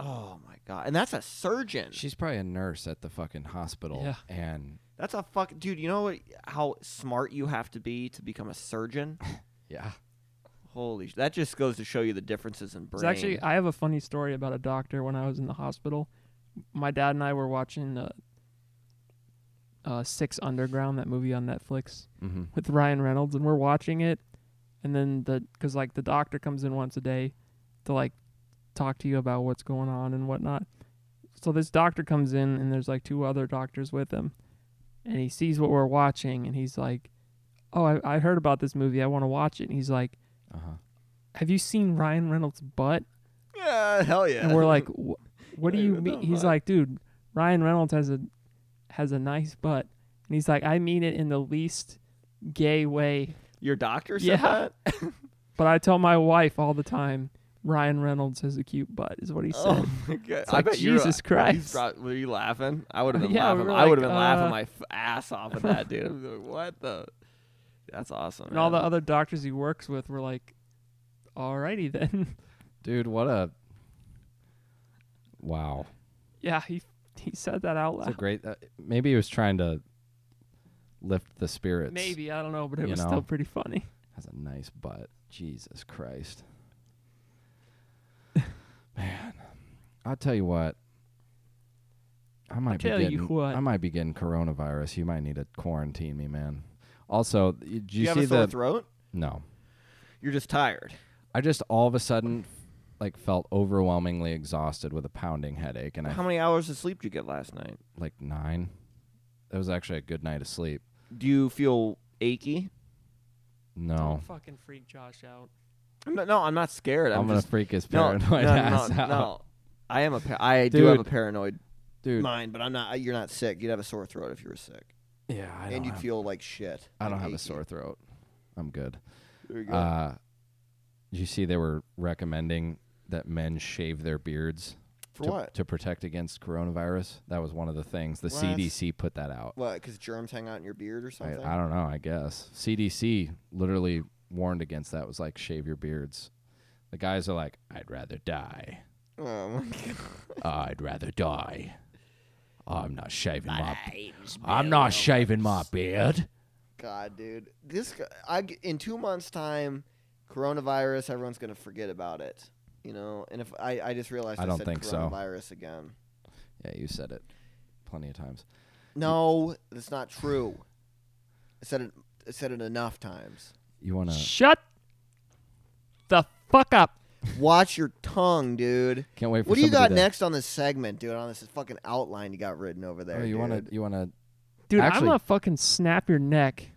Speaker 4: Oh my god, and that's a surgeon.
Speaker 3: She's probably a nurse at the fucking hospital.
Speaker 1: Yeah.
Speaker 3: And
Speaker 4: That's a fuck, dude. You know what, how smart you have to be to become a surgeon.
Speaker 3: yeah.
Speaker 4: Holy, sh- that just goes to show you the differences in brain.
Speaker 1: It's actually, I have a funny story about a doctor when I was in the hospital. My dad and I were watching uh, uh, Six Underground, that movie on Netflix
Speaker 3: Mm-hmm.
Speaker 1: with Ryan Reynolds, and we're watching it. And then the, because like the doctor comes in once a day to like talk to you about what's going on and whatnot. So this doctor comes in, and there's like two other doctors with him, and he sees what we're watching, and he's like, "Oh, I, I heard about this movie. I want to watch it." And he's like,
Speaker 3: Uh huh.
Speaker 1: "Have you seen Ryan Reynolds' butt?"
Speaker 4: yeah, hell yeah.
Speaker 1: uh, and we're like, "Wh- "What do
Speaker 4: Like,
Speaker 1: you
Speaker 4: what
Speaker 1: mean?"
Speaker 4: the
Speaker 1: He's
Speaker 4: fuck?
Speaker 1: like, "Dude, Ryan Reynolds has a has a nice butt," and he's like, "I mean it in the least gay way,
Speaker 4: your doctor said
Speaker 1: Yeah.
Speaker 4: that.
Speaker 1: but I tell my wife all the time, Ryan Reynolds has a cute butt," is what he said.
Speaker 4: Oh my god, I
Speaker 1: like,
Speaker 4: bet you were-
Speaker 1: Jesus
Speaker 4: you
Speaker 1: Christ.
Speaker 4: brought- were you laughing? I would have been
Speaker 1: Yeah, we
Speaker 4: laughing.
Speaker 1: were
Speaker 4: I would have
Speaker 1: like,
Speaker 4: been laughing
Speaker 1: uh,
Speaker 4: my f- ass off at that, dude. I'd be like, what the? That's awesome.
Speaker 1: and all the
Speaker 4: man.
Speaker 1: other doctors he works with were like, "Alrighty then,
Speaker 3: Dude, what a. Wow.
Speaker 1: yeah." He he said that out
Speaker 3: It's a
Speaker 1: loud.
Speaker 3: great. Uh, maybe he was trying to lift the spirits.
Speaker 1: Maybe I don't know, but it
Speaker 3: you
Speaker 1: was
Speaker 3: know.
Speaker 1: still pretty funny.
Speaker 3: Has a nice butt. Jesus Christ. Man, I'll tell you what. I might
Speaker 1: tell
Speaker 3: be
Speaker 1: you
Speaker 3: getting.
Speaker 1: what.
Speaker 3: I might be getting coronavirus. You might need to quarantine me, man. Also, y- did
Speaker 4: Do
Speaker 3: you,
Speaker 4: you, have
Speaker 3: see
Speaker 4: a sore
Speaker 3: the?
Speaker 4: throat?
Speaker 3: no,
Speaker 4: You're just tired.
Speaker 3: I just all of a sudden, like, felt overwhelmingly exhausted with a pounding headache, and I
Speaker 4: How many hours of sleep did you get last night?
Speaker 3: like nine. That was actually a good night of sleep.
Speaker 4: Do you feel achy?
Speaker 3: No,
Speaker 1: fucking freak Josh out.
Speaker 4: No, no I'm not scared.
Speaker 3: I'm,
Speaker 4: I'm,
Speaker 3: gonna
Speaker 4: just
Speaker 3: freak his
Speaker 4: no,
Speaker 3: paranoid
Speaker 4: no,
Speaker 3: ass
Speaker 4: no,
Speaker 3: out,
Speaker 4: no. I am a par- I do have a
Speaker 3: Dude.
Speaker 4: paranoid
Speaker 3: dude.
Speaker 4: mind, but I'm not. You're not sick. You'd have a sore throat if you were sick,
Speaker 3: Yeah, I don't,
Speaker 4: and you'd
Speaker 3: have,
Speaker 4: feel like shit.
Speaker 3: I don't
Speaker 4: and
Speaker 3: have a
Speaker 4: achy.
Speaker 3: sore throat. I'm good.
Speaker 4: There you go.
Speaker 3: Uh, you see, they were recommending that men shave their beards
Speaker 2: For
Speaker 3: to,
Speaker 2: what?
Speaker 3: to protect against coronavirus. That was one of the things. The
Speaker 2: What?
Speaker 3: CDC put that out.
Speaker 2: What? Because germs hang out in your beard or
Speaker 3: I,
Speaker 2: something?
Speaker 3: I don't know. I guess CDC literally warned against that. Was like shave your beards. The guys are like, I'd rather die.
Speaker 2: oh my god.
Speaker 3: I'd rather die. I'm not shaving my. I'm not shaving my beard.
Speaker 2: God, dude, this g- I g- in two months' time, coronavirus, everyone's gonna forget about it, you know. And if I, I just realized
Speaker 3: I
Speaker 2: I,
Speaker 3: don't
Speaker 2: said
Speaker 3: think so.
Speaker 2: coronavirus again.
Speaker 3: Yeah, you said it plenty of times.
Speaker 2: No, that's not true. I said it. I said it enough times.
Speaker 3: You wanna?
Speaker 1: Shut the fuck up.
Speaker 2: Watch your tongue, dude.
Speaker 3: Can't wait for.
Speaker 2: What do you
Speaker 3: somebody
Speaker 2: got
Speaker 3: to-
Speaker 2: next on this segment, dude? On this fucking outline you got written over
Speaker 3: Oh,
Speaker 2: there.
Speaker 3: you
Speaker 2: dude.
Speaker 3: wanna? You wanna?
Speaker 1: Dude, I'm
Speaker 3: Actually-
Speaker 1: gonna fucking snap your neck.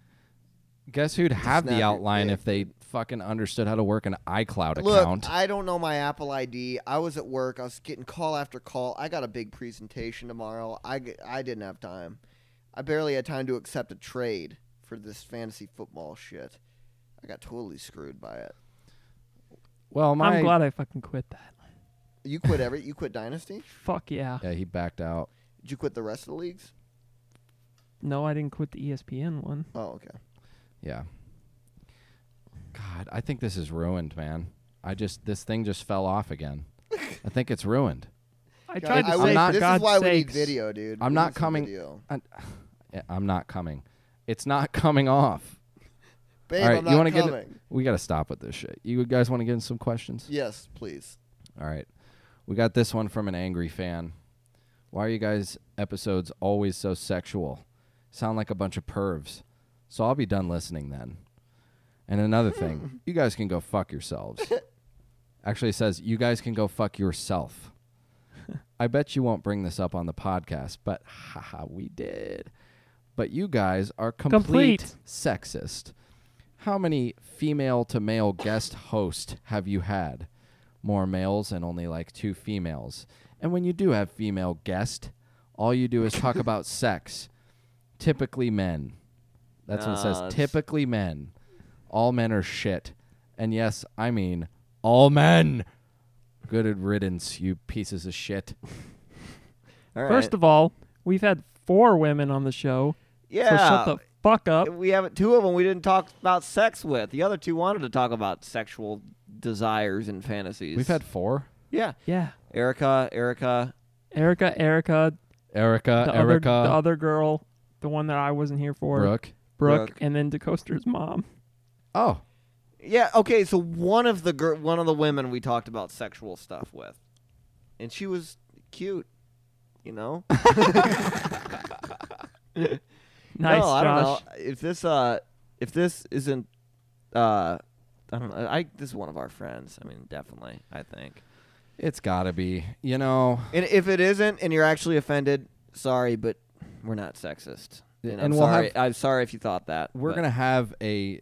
Speaker 3: Guess who'd have
Speaker 2: snap
Speaker 3: the
Speaker 2: your
Speaker 3: outline
Speaker 2: dick,
Speaker 3: if they fucking understood how to work an iCloud account?
Speaker 2: Look, I don't know my Apple ID. I was at work. I was getting call after call. I got a big presentation tomorrow. I, g- I didn't have time. I barely had time to accept a trade for this fantasy football shit. I I got totally screwed by it.
Speaker 3: Well, my
Speaker 1: I'm glad I fucking quit that.
Speaker 2: You quit every. you quit Dynasty.
Speaker 1: Fuck yeah.
Speaker 3: yeah, he backed out.
Speaker 2: Did you quit the rest of the leagues?
Speaker 1: No, I didn't quit the E ESPN one.
Speaker 2: Oh, okay.
Speaker 3: Yeah. God, I think this is ruined, man. I just this thing just fell off again. I think it's ruined.
Speaker 1: I
Speaker 2: God,
Speaker 1: tried to
Speaker 2: I
Speaker 1: say,
Speaker 2: wish-
Speaker 3: not-
Speaker 1: for
Speaker 2: this
Speaker 1: God's
Speaker 2: is why we need
Speaker 1: sakes.
Speaker 2: video, dude.
Speaker 3: I'm
Speaker 2: We
Speaker 3: not
Speaker 2: need some
Speaker 3: coming-
Speaker 2: video.
Speaker 3: I, Eh, I'm not coming. It's not coming off.
Speaker 2: Babe,
Speaker 3: All right,
Speaker 2: I'm
Speaker 3: you
Speaker 2: not
Speaker 3: wanna get it-
Speaker 2: coming.
Speaker 3: We got to stop with this shit. You guys want to get in some questions?
Speaker 2: Yes, please.
Speaker 3: All right. We got this one from an angry fan. Why are you guys episodes always so sexual? Sound like a bunch of pervs. So I'll be done listening then. And another thing, you guys can go fuck yourselves. Actually it says you guys can go fuck yourself. I bet you won't bring this up on the podcast, but haha, we did. But you guys are
Speaker 1: Complete.
Speaker 3: complete. sexist. How many female to male guest hosts have you had? More males and only like two females. And when you do have female guest, all you do is talk about sex. Typically men. That's what it
Speaker 4: Nah,
Speaker 3: says.
Speaker 4: it's-
Speaker 3: Typically men. All men are shit. And yes, I mean all men. Good riddance, you pieces of shit.
Speaker 4: All right.
Speaker 1: First of all, we've had four women on the show.
Speaker 4: yeah.
Speaker 1: So shut the fuck up.
Speaker 4: we have two of them we didn't talk about sex with. The other two wanted to talk about sexual desires and fantasies.
Speaker 3: We've had four.
Speaker 4: yeah,
Speaker 1: Yeah.
Speaker 4: Erica, Erica.
Speaker 1: Erica, Erica,
Speaker 3: Erica,
Speaker 1: the
Speaker 3: Uh, Erica,
Speaker 1: other the other girl, the one that I wasn't here for,
Speaker 3: Brooke.
Speaker 1: Brooke,
Speaker 4: Brooke.
Speaker 1: and then DeCoster's mom.
Speaker 3: Oh,
Speaker 4: Yeah, okay, so one of the gir- one of the women we talked about sexual stuff with. And she was cute, you know?
Speaker 1: Nice,
Speaker 4: no, I don't
Speaker 1: Josh.
Speaker 4: know. If this uh if this isn't uh I don't know. I this is one of our friends. I mean, definitely, I think.
Speaker 3: it's gotta be. You know,
Speaker 4: And if it isn't, and you're actually offended, sorry, but we're not sexist. And, I'm
Speaker 3: And we'll
Speaker 4: sorry.
Speaker 3: have-
Speaker 4: I'm sorry if you thought that.
Speaker 3: we're
Speaker 4: but-
Speaker 3: gonna have a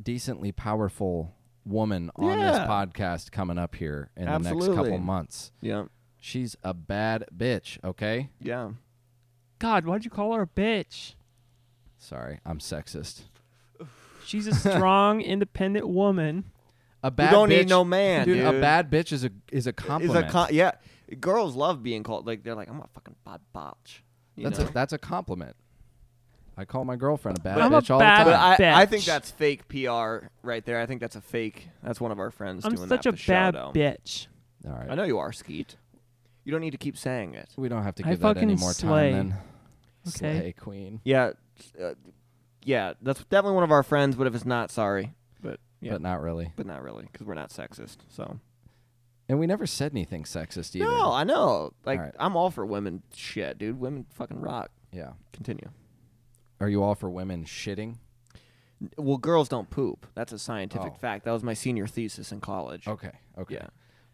Speaker 3: decently powerful woman on this
Speaker 4: Yeah.
Speaker 3: podcast coming up here in the next
Speaker 4: Absolutely.
Speaker 3: couple months.
Speaker 4: Yeah,
Speaker 3: She's a bad bitch. Okay,
Speaker 4: yeah.
Speaker 1: God, why'd you call her a bitch?
Speaker 3: sorry, I'm sexist.
Speaker 1: She's a strong, independent woman.
Speaker 3: A bad.
Speaker 4: don't
Speaker 3: bitch,
Speaker 4: need no man,
Speaker 3: dude, A
Speaker 4: dude.
Speaker 3: bad bitch is a is a
Speaker 4: Is
Speaker 3: compliment.
Speaker 4: a con- yeah. Girls love being called like they're like I'm a fucking bad bitch. you
Speaker 3: that's
Speaker 4: know?
Speaker 3: a that's a compliment. I call my girlfriend a bad
Speaker 1: I'm a
Speaker 3: bitch all
Speaker 1: bad
Speaker 3: the
Speaker 4: but
Speaker 3: time.
Speaker 4: I, I
Speaker 1: bitch.
Speaker 4: think that's fake PR right there. I think that's a fake. That's one of our friends
Speaker 1: I'm
Speaker 4: doing
Speaker 1: such
Speaker 4: that.
Speaker 1: a
Speaker 4: with the show,
Speaker 1: bad
Speaker 4: though.
Speaker 1: bitch.
Speaker 3: all right.
Speaker 4: I know you are, Skeet. You don't need to keep saying it.
Speaker 3: We don't have to
Speaker 1: I
Speaker 3: give that any
Speaker 1: fucking
Speaker 3: more
Speaker 1: slay.
Speaker 3: time then.
Speaker 1: Okay.
Speaker 3: Slay queen.
Speaker 4: Yeah, uh, yeah. That's definitely one of our friends. But if it's not, sorry. But yeah,
Speaker 3: But not really.
Speaker 4: but not really because we're not sexist. So
Speaker 3: And we never said anything sexist either.
Speaker 4: no, I know. Like
Speaker 3: Alright.
Speaker 4: I'm all for women. Shit, dude, women fucking rock.
Speaker 3: Yeah.
Speaker 4: Continue.
Speaker 3: Are you all for women shitting?
Speaker 4: Well, girls don't poop. That's a scientific
Speaker 3: Oh.
Speaker 4: fact. That was my senior thesis in college.
Speaker 3: Okay. Okay.
Speaker 4: Yeah.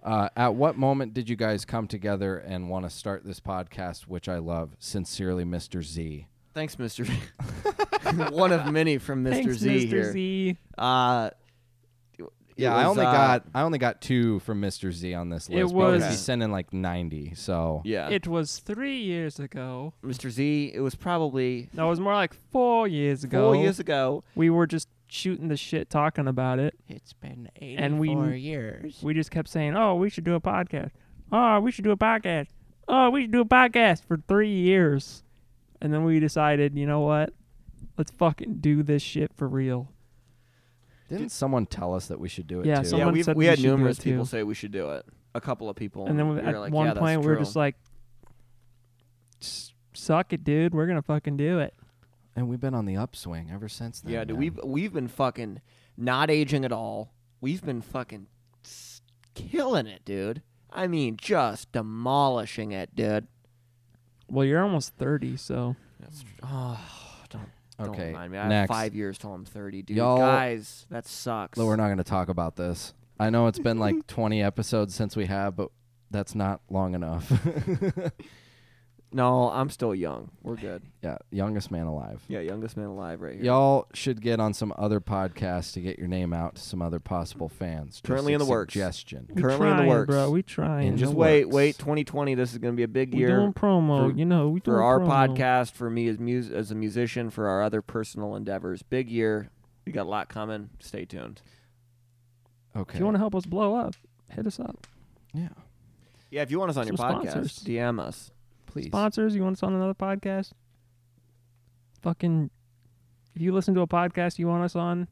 Speaker 3: Uh, at what moment did you guys come together and want to start this podcast, which I love? Sincerely, Mr. Z.
Speaker 4: Thanks, Mister. One of many from Mr.
Speaker 1: Thanks,
Speaker 4: Z
Speaker 1: Mr.
Speaker 4: here.
Speaker 1: Z.
Speaker 4: Uh, it
Speaker 3: Yeah, I
Speaker 4: was,
Speaker 3: only
Speaker 4: uh,
Speaker 3: got I only got two from Mr. Z on this
Speaker 1: It
Speaker 3: list. because
Speaker 1: was-
Speaker 3: he's sending like ninety. So
Speaker 4: Yeah,
Speaker 1: It was three years ago.
Speaker 4: Mr. Z. It was probably
Speaker 1: No, it was more like four years ago.
Speaker 4: four years ago.
Speaker 1: We were just shooting the shit, talking about it.
Speaker 6: It's been 84
Speaker 1: And we-
Speaker 6: years.
Speaker 1: We just kept saying, "Oh, we should do a podcast. Oh, we should do a podcast. Oh, we should do a podcast." For three years, and then we decided, you know what? Let's fucking do this shit for real.
Speaker 3: didn't someone tell us that we should do it
Speaker 1: Yeah,
Speaker 3: too?
Speaker 1: someone-
Speaker 4: yeah, we've-
Speaker 1: said
Speaker 4: we
Speaker 1: we
Speaker 4: had
Speaker 1: should do
Speaker 4: numerous
Speaker 1: it too.
Speaker 4: people say we should do it. A couple of people,
Speaker 1: and then
Speaker 4: Oh, we
Speaker 1: we,
Speaker 4: were
Speaker 1: at
Speaker 4: like,
Speaker 1: one
Speaker 4: yeah, that's
Speaker 1: point, we were
Speaker 4: true.
Speaker 1: just like, "S- "Suck it, dude. We're gonna fucking do it."
Speaker 3: and we've been on the upswing ever since then.
Speaker 4: yeah, dude,
Speaker 3: man.
Speaker 4: we've we've been fucking not aging at all. We've been fucking s- killing it, dude. I mean, just demolishing it, dude.
Speaker 1: Well, you're almost thirty, so
Speaker 4: Oh, don't don't
Speaker 3: okay.
Speaker 4: remind me. I have
Speaker 3: next.
Speaker 4: five years till I'm thirty, dude.
Speaker 3: Y'all-
Speaker 4: Guys, that sucks.
Speaker 3: Well, we're not going to talk about this. I know it's been like 20 episodes since we have, but that's not long enough.
Speaker 4: No, I'm still young. We're good.
Speaker 3: yeah, youngest man alive.
Speaker 4: Yeah, youngest man alive right here.
Speaker 3: Y'all should get on some other podcast to get your name out to some other possible fans. Just
Speaker 4: Currently in the
Speaker 3: a
Speaker 4: works.
Speaker 3: Suggestion.
Speaker 1: we
Speaker 4: Currently in
Speaker 1: trying,
Speaker 4: the works.
Speaker 1: bro. We
Speaker 3: In
Speaker 1: trying.
Speaker 4: Just
Speaker 3: the
Speaker 4: wait,
Speaker 3: works.
Speaker 4: wait. 2020. This is going to be a big
Speaker 1: we
Speaker 4: year
Speaker 1: doing promo.
Speaker 4: for-
Speaker 1: you know, we doing
Speaker 4: for our
Speaker 1: promo.
Speaker 4: podcast, for me as mus- as a musician, for our other personal endeavors. Big year. We got a lot coming. Stay tuned.
Speaker 3: Okay.
Speaker 1: If you want to help us blow up, hit us up.
Speaker 3: yeah.
Speaker 4: Yeah, if you want us on
Speaker 1: So
Speaker 4: your podcast,
Speaker 1: sponsors.
Speaker 4: DM us.
Speaker 3: Please.
Speaker 1: Sponsors, you want us on another podcast? Fucking, if you listen to a podcast you want us on,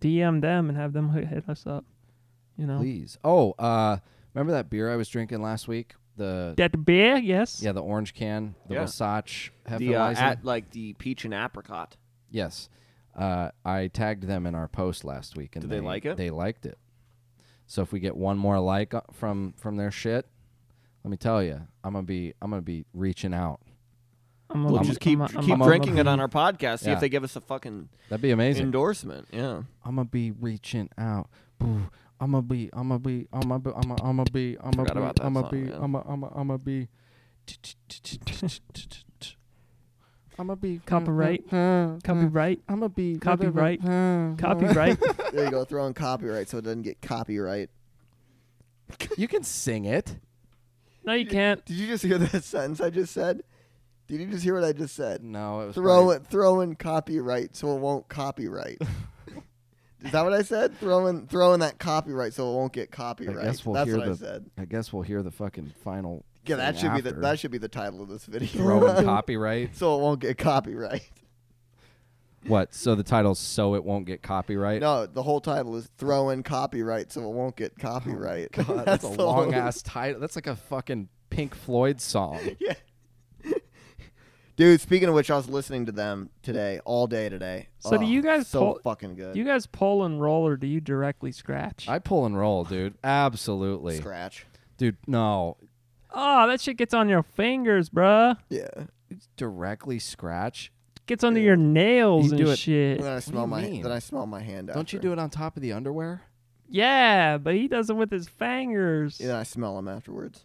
Speaker 1: DM them and have them hit hit us up. You know
Speaker 3: Please. Oh, uh, remember that beer I was drinking last week? The
Speaker 1: that beer, yes.
Speaker 3: yeah, the orange can, the
Speaker 4: Yeah.
Speaker 3: Wasatch
Speaker 4: The uh,
Speaker 3: Hefeweizen.
Speaker 4: at like the peach and apricot.
Speaker 3: yes. Uh, I tagged them in our post last week, and
Speaker 4: Did they like it?
Speaker 3: They liked it. So if we get one more like uh, from from their shit, let me tell you, I'm gonna be I'm gonna be reaching out.
Speaker 1: I'm
Speaker 4: We'll
Speaker 1: I'm
Speaker 4: just keep
Speaker 1: I'm I'm
Speaker 4: keep
Speaker 1: I'm
Speaker 4: drinking it
Speaker 1: be-
Speaker 4: on our podcast. See
Speaker 3: Yeah.
Speaker 4: if they give us a fucking
Speaker 3: That'd be amazing.
Speaker 4: endorsement. Yeah.
Speaker 3: I'm gonna be reaching out. Boo. I'm gonna be. I'm gonna be. I'm gonna be. I'm gonna be. I'm
Speaker 4: Forgot
Speaker 3: gonna
Speaker 4: about
Speaker 3: be.
Speaker 4: that
Speaker 3: I'm gonna
Speaker 4: song,
Speaker 3: be.
Speaker 4: man.
Speaker 3: I'm gonna. I'm gonna. I'm gonna be. I'm gonna uh, be
Speaker 1: Copyright. copyright,
Speaker 3: I'm gonna be
Speaker 1: Copyright. copyright.
Speaker 2: There you go. Throw in copyright so it doesn't get copyright.
Speaker 3: You can sing it.
Speaker 1: no, you can't.
Speaker 2: Did you just hear that sentence I just said? Did you just hear what I just said?
Speaker 3: No, it was
Speaker 2: Throw
Speaker 3: probably-
Speaker 2: it. Throw in copyright so it won't copyright. Is that what I said? Throw in, throw in that copyright so it won't get copyright.
Speaker 3: guess we'll
Speaker 2: That's
Speaker 3: hear
Speaker 2: what I
Speaker 3: the-
Speaker 2: said.
Speaker 3: I guess we'll hear the fucking final.
Speaker 2: Yeah, that
Speaker 3: thing
Speaker 2: should be the
Speaker 3: after.
Speaker 2: that should be the title of this video.
Speaker 3: Throw in copyright.
Speaker 2: so it won't get copyright.
Speaker 3: What? So the title's so it won't get copyright.
Speaker 2: No, the whole title is throw in copyright so it won't get copyright.
Speaker 3: Oh, God, that's, a
Speaker 2: the whole-
Speaker 3: long ass title. That's like a fucking Pink Floyd song.
Speaker 2: Yeah. Dude, speaking of which, I was listening to them today, all day today.
Speaker 1: So do
Speaker 2: Oh,
Speaker 1: you guys
Speaker 2: so
Speaker 1: pull-
Speaker 2: fucking good?
Speaker 1: Do you guys pull and roll, or do you directly scratch?
Speaker 3: I pull and roll, dude. Absolutely,
Speaker 2: scratch.
Speaker 3: dude. No,
Speaker 1: oh, that shit gets on your fingers, bruh.
Speaker 2: Yeah.
Speaker 3: directly scratch.
Speaker 1: Gets under your nails
Speaker 3: You
Speaker 1: and
Speaker 3: do it-
Speaker 1: shit.
Speaker 2: And then I smell
Speaker 3: you
Speaker 2: my
Speaker 3: mean?
Speaker 2: then I smell my hand.
Speaker 3: Don't you do it on top of the underwear?
Speaker 1: Yeah, but he does it with his fingers.
Speaker 2: And then I smell them afterwards.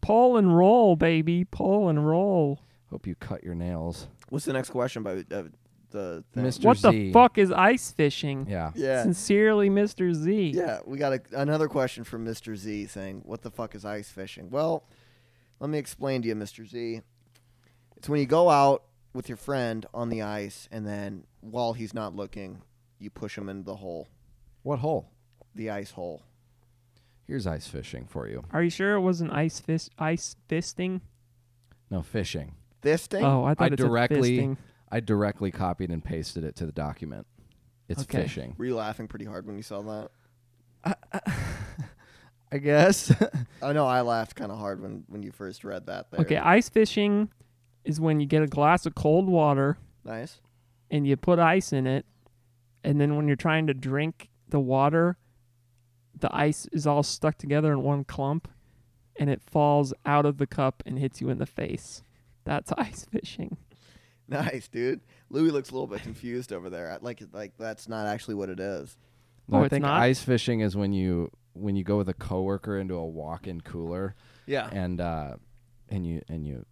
Speaker 1: Pull and roll, baby. Pull and roll.
Speaker 3: Hope you cut your nails,
Speaker 4: What's the next question? By uh, the thing?
Speaker 3: Mr.
Speaker 1: what
Speaker 3: Z.
Speaker 1: the fuck is ice fishing?
Speaker 3: Yeah.
Speaker 2: Yeah.
Speaker 1: Sincerely, Mr. Z.
Speaker 2: Yeah, we got a, another question from Mr. Z saying, "What the fuck is ice fishing?" Well, let me explain to you, Mr. Z. It's when you go out with your friend on the ice, and then while he's not looking, you push him into the hole,
Speaker 3: What hole?
Speaker 2: the ice hole.
Speaker 3: Here's ice fishing for you.
Speaker 1: Are you sure it wasn't ice fist ice fisting?
Speaker 3: No fishing.
Speaker 2: This thing.
Speaker 1: Oh, I thought
Speaker 3: I
Speaker 1: it
Speaker 3: directly-
Speaker 1: said fisting.
Speaker 3: I directly copied and pasted it to the document. It's
Speaker 1: Okay.
Speaker 3: fishing.
Speaker 2: Were you laughing pretty hard when you saw that?
Speaker 3: I guess.
Speaker 2: I know I laughed kind of hard when, when you first read that. There.
Speaker 1: Okay, ice fishing is when you get a glass of cold water
Speaker 2: Nice.
Speaker 1: and you put ice in it, and then when you're trying to drink the water, the ice is all stuck together in one clump, and it falls out of the cup and hits you in the face. That's ice fishing.
Speaker 2: Nice, dude. Louis looks a little bit confused over there. I- Like, like that's not actually what it is.
Speaker 3: No,
Speaker 1: Oh,
Speaker 3: I
Speaker 1: it's
Speaker 3: think
Speaker 1: not?
Speaker 3: ice fishing is when you when you go with a coworker into a walk-in cooler
Speaker 4: Yeah.
Speaker 3: and uh and you and you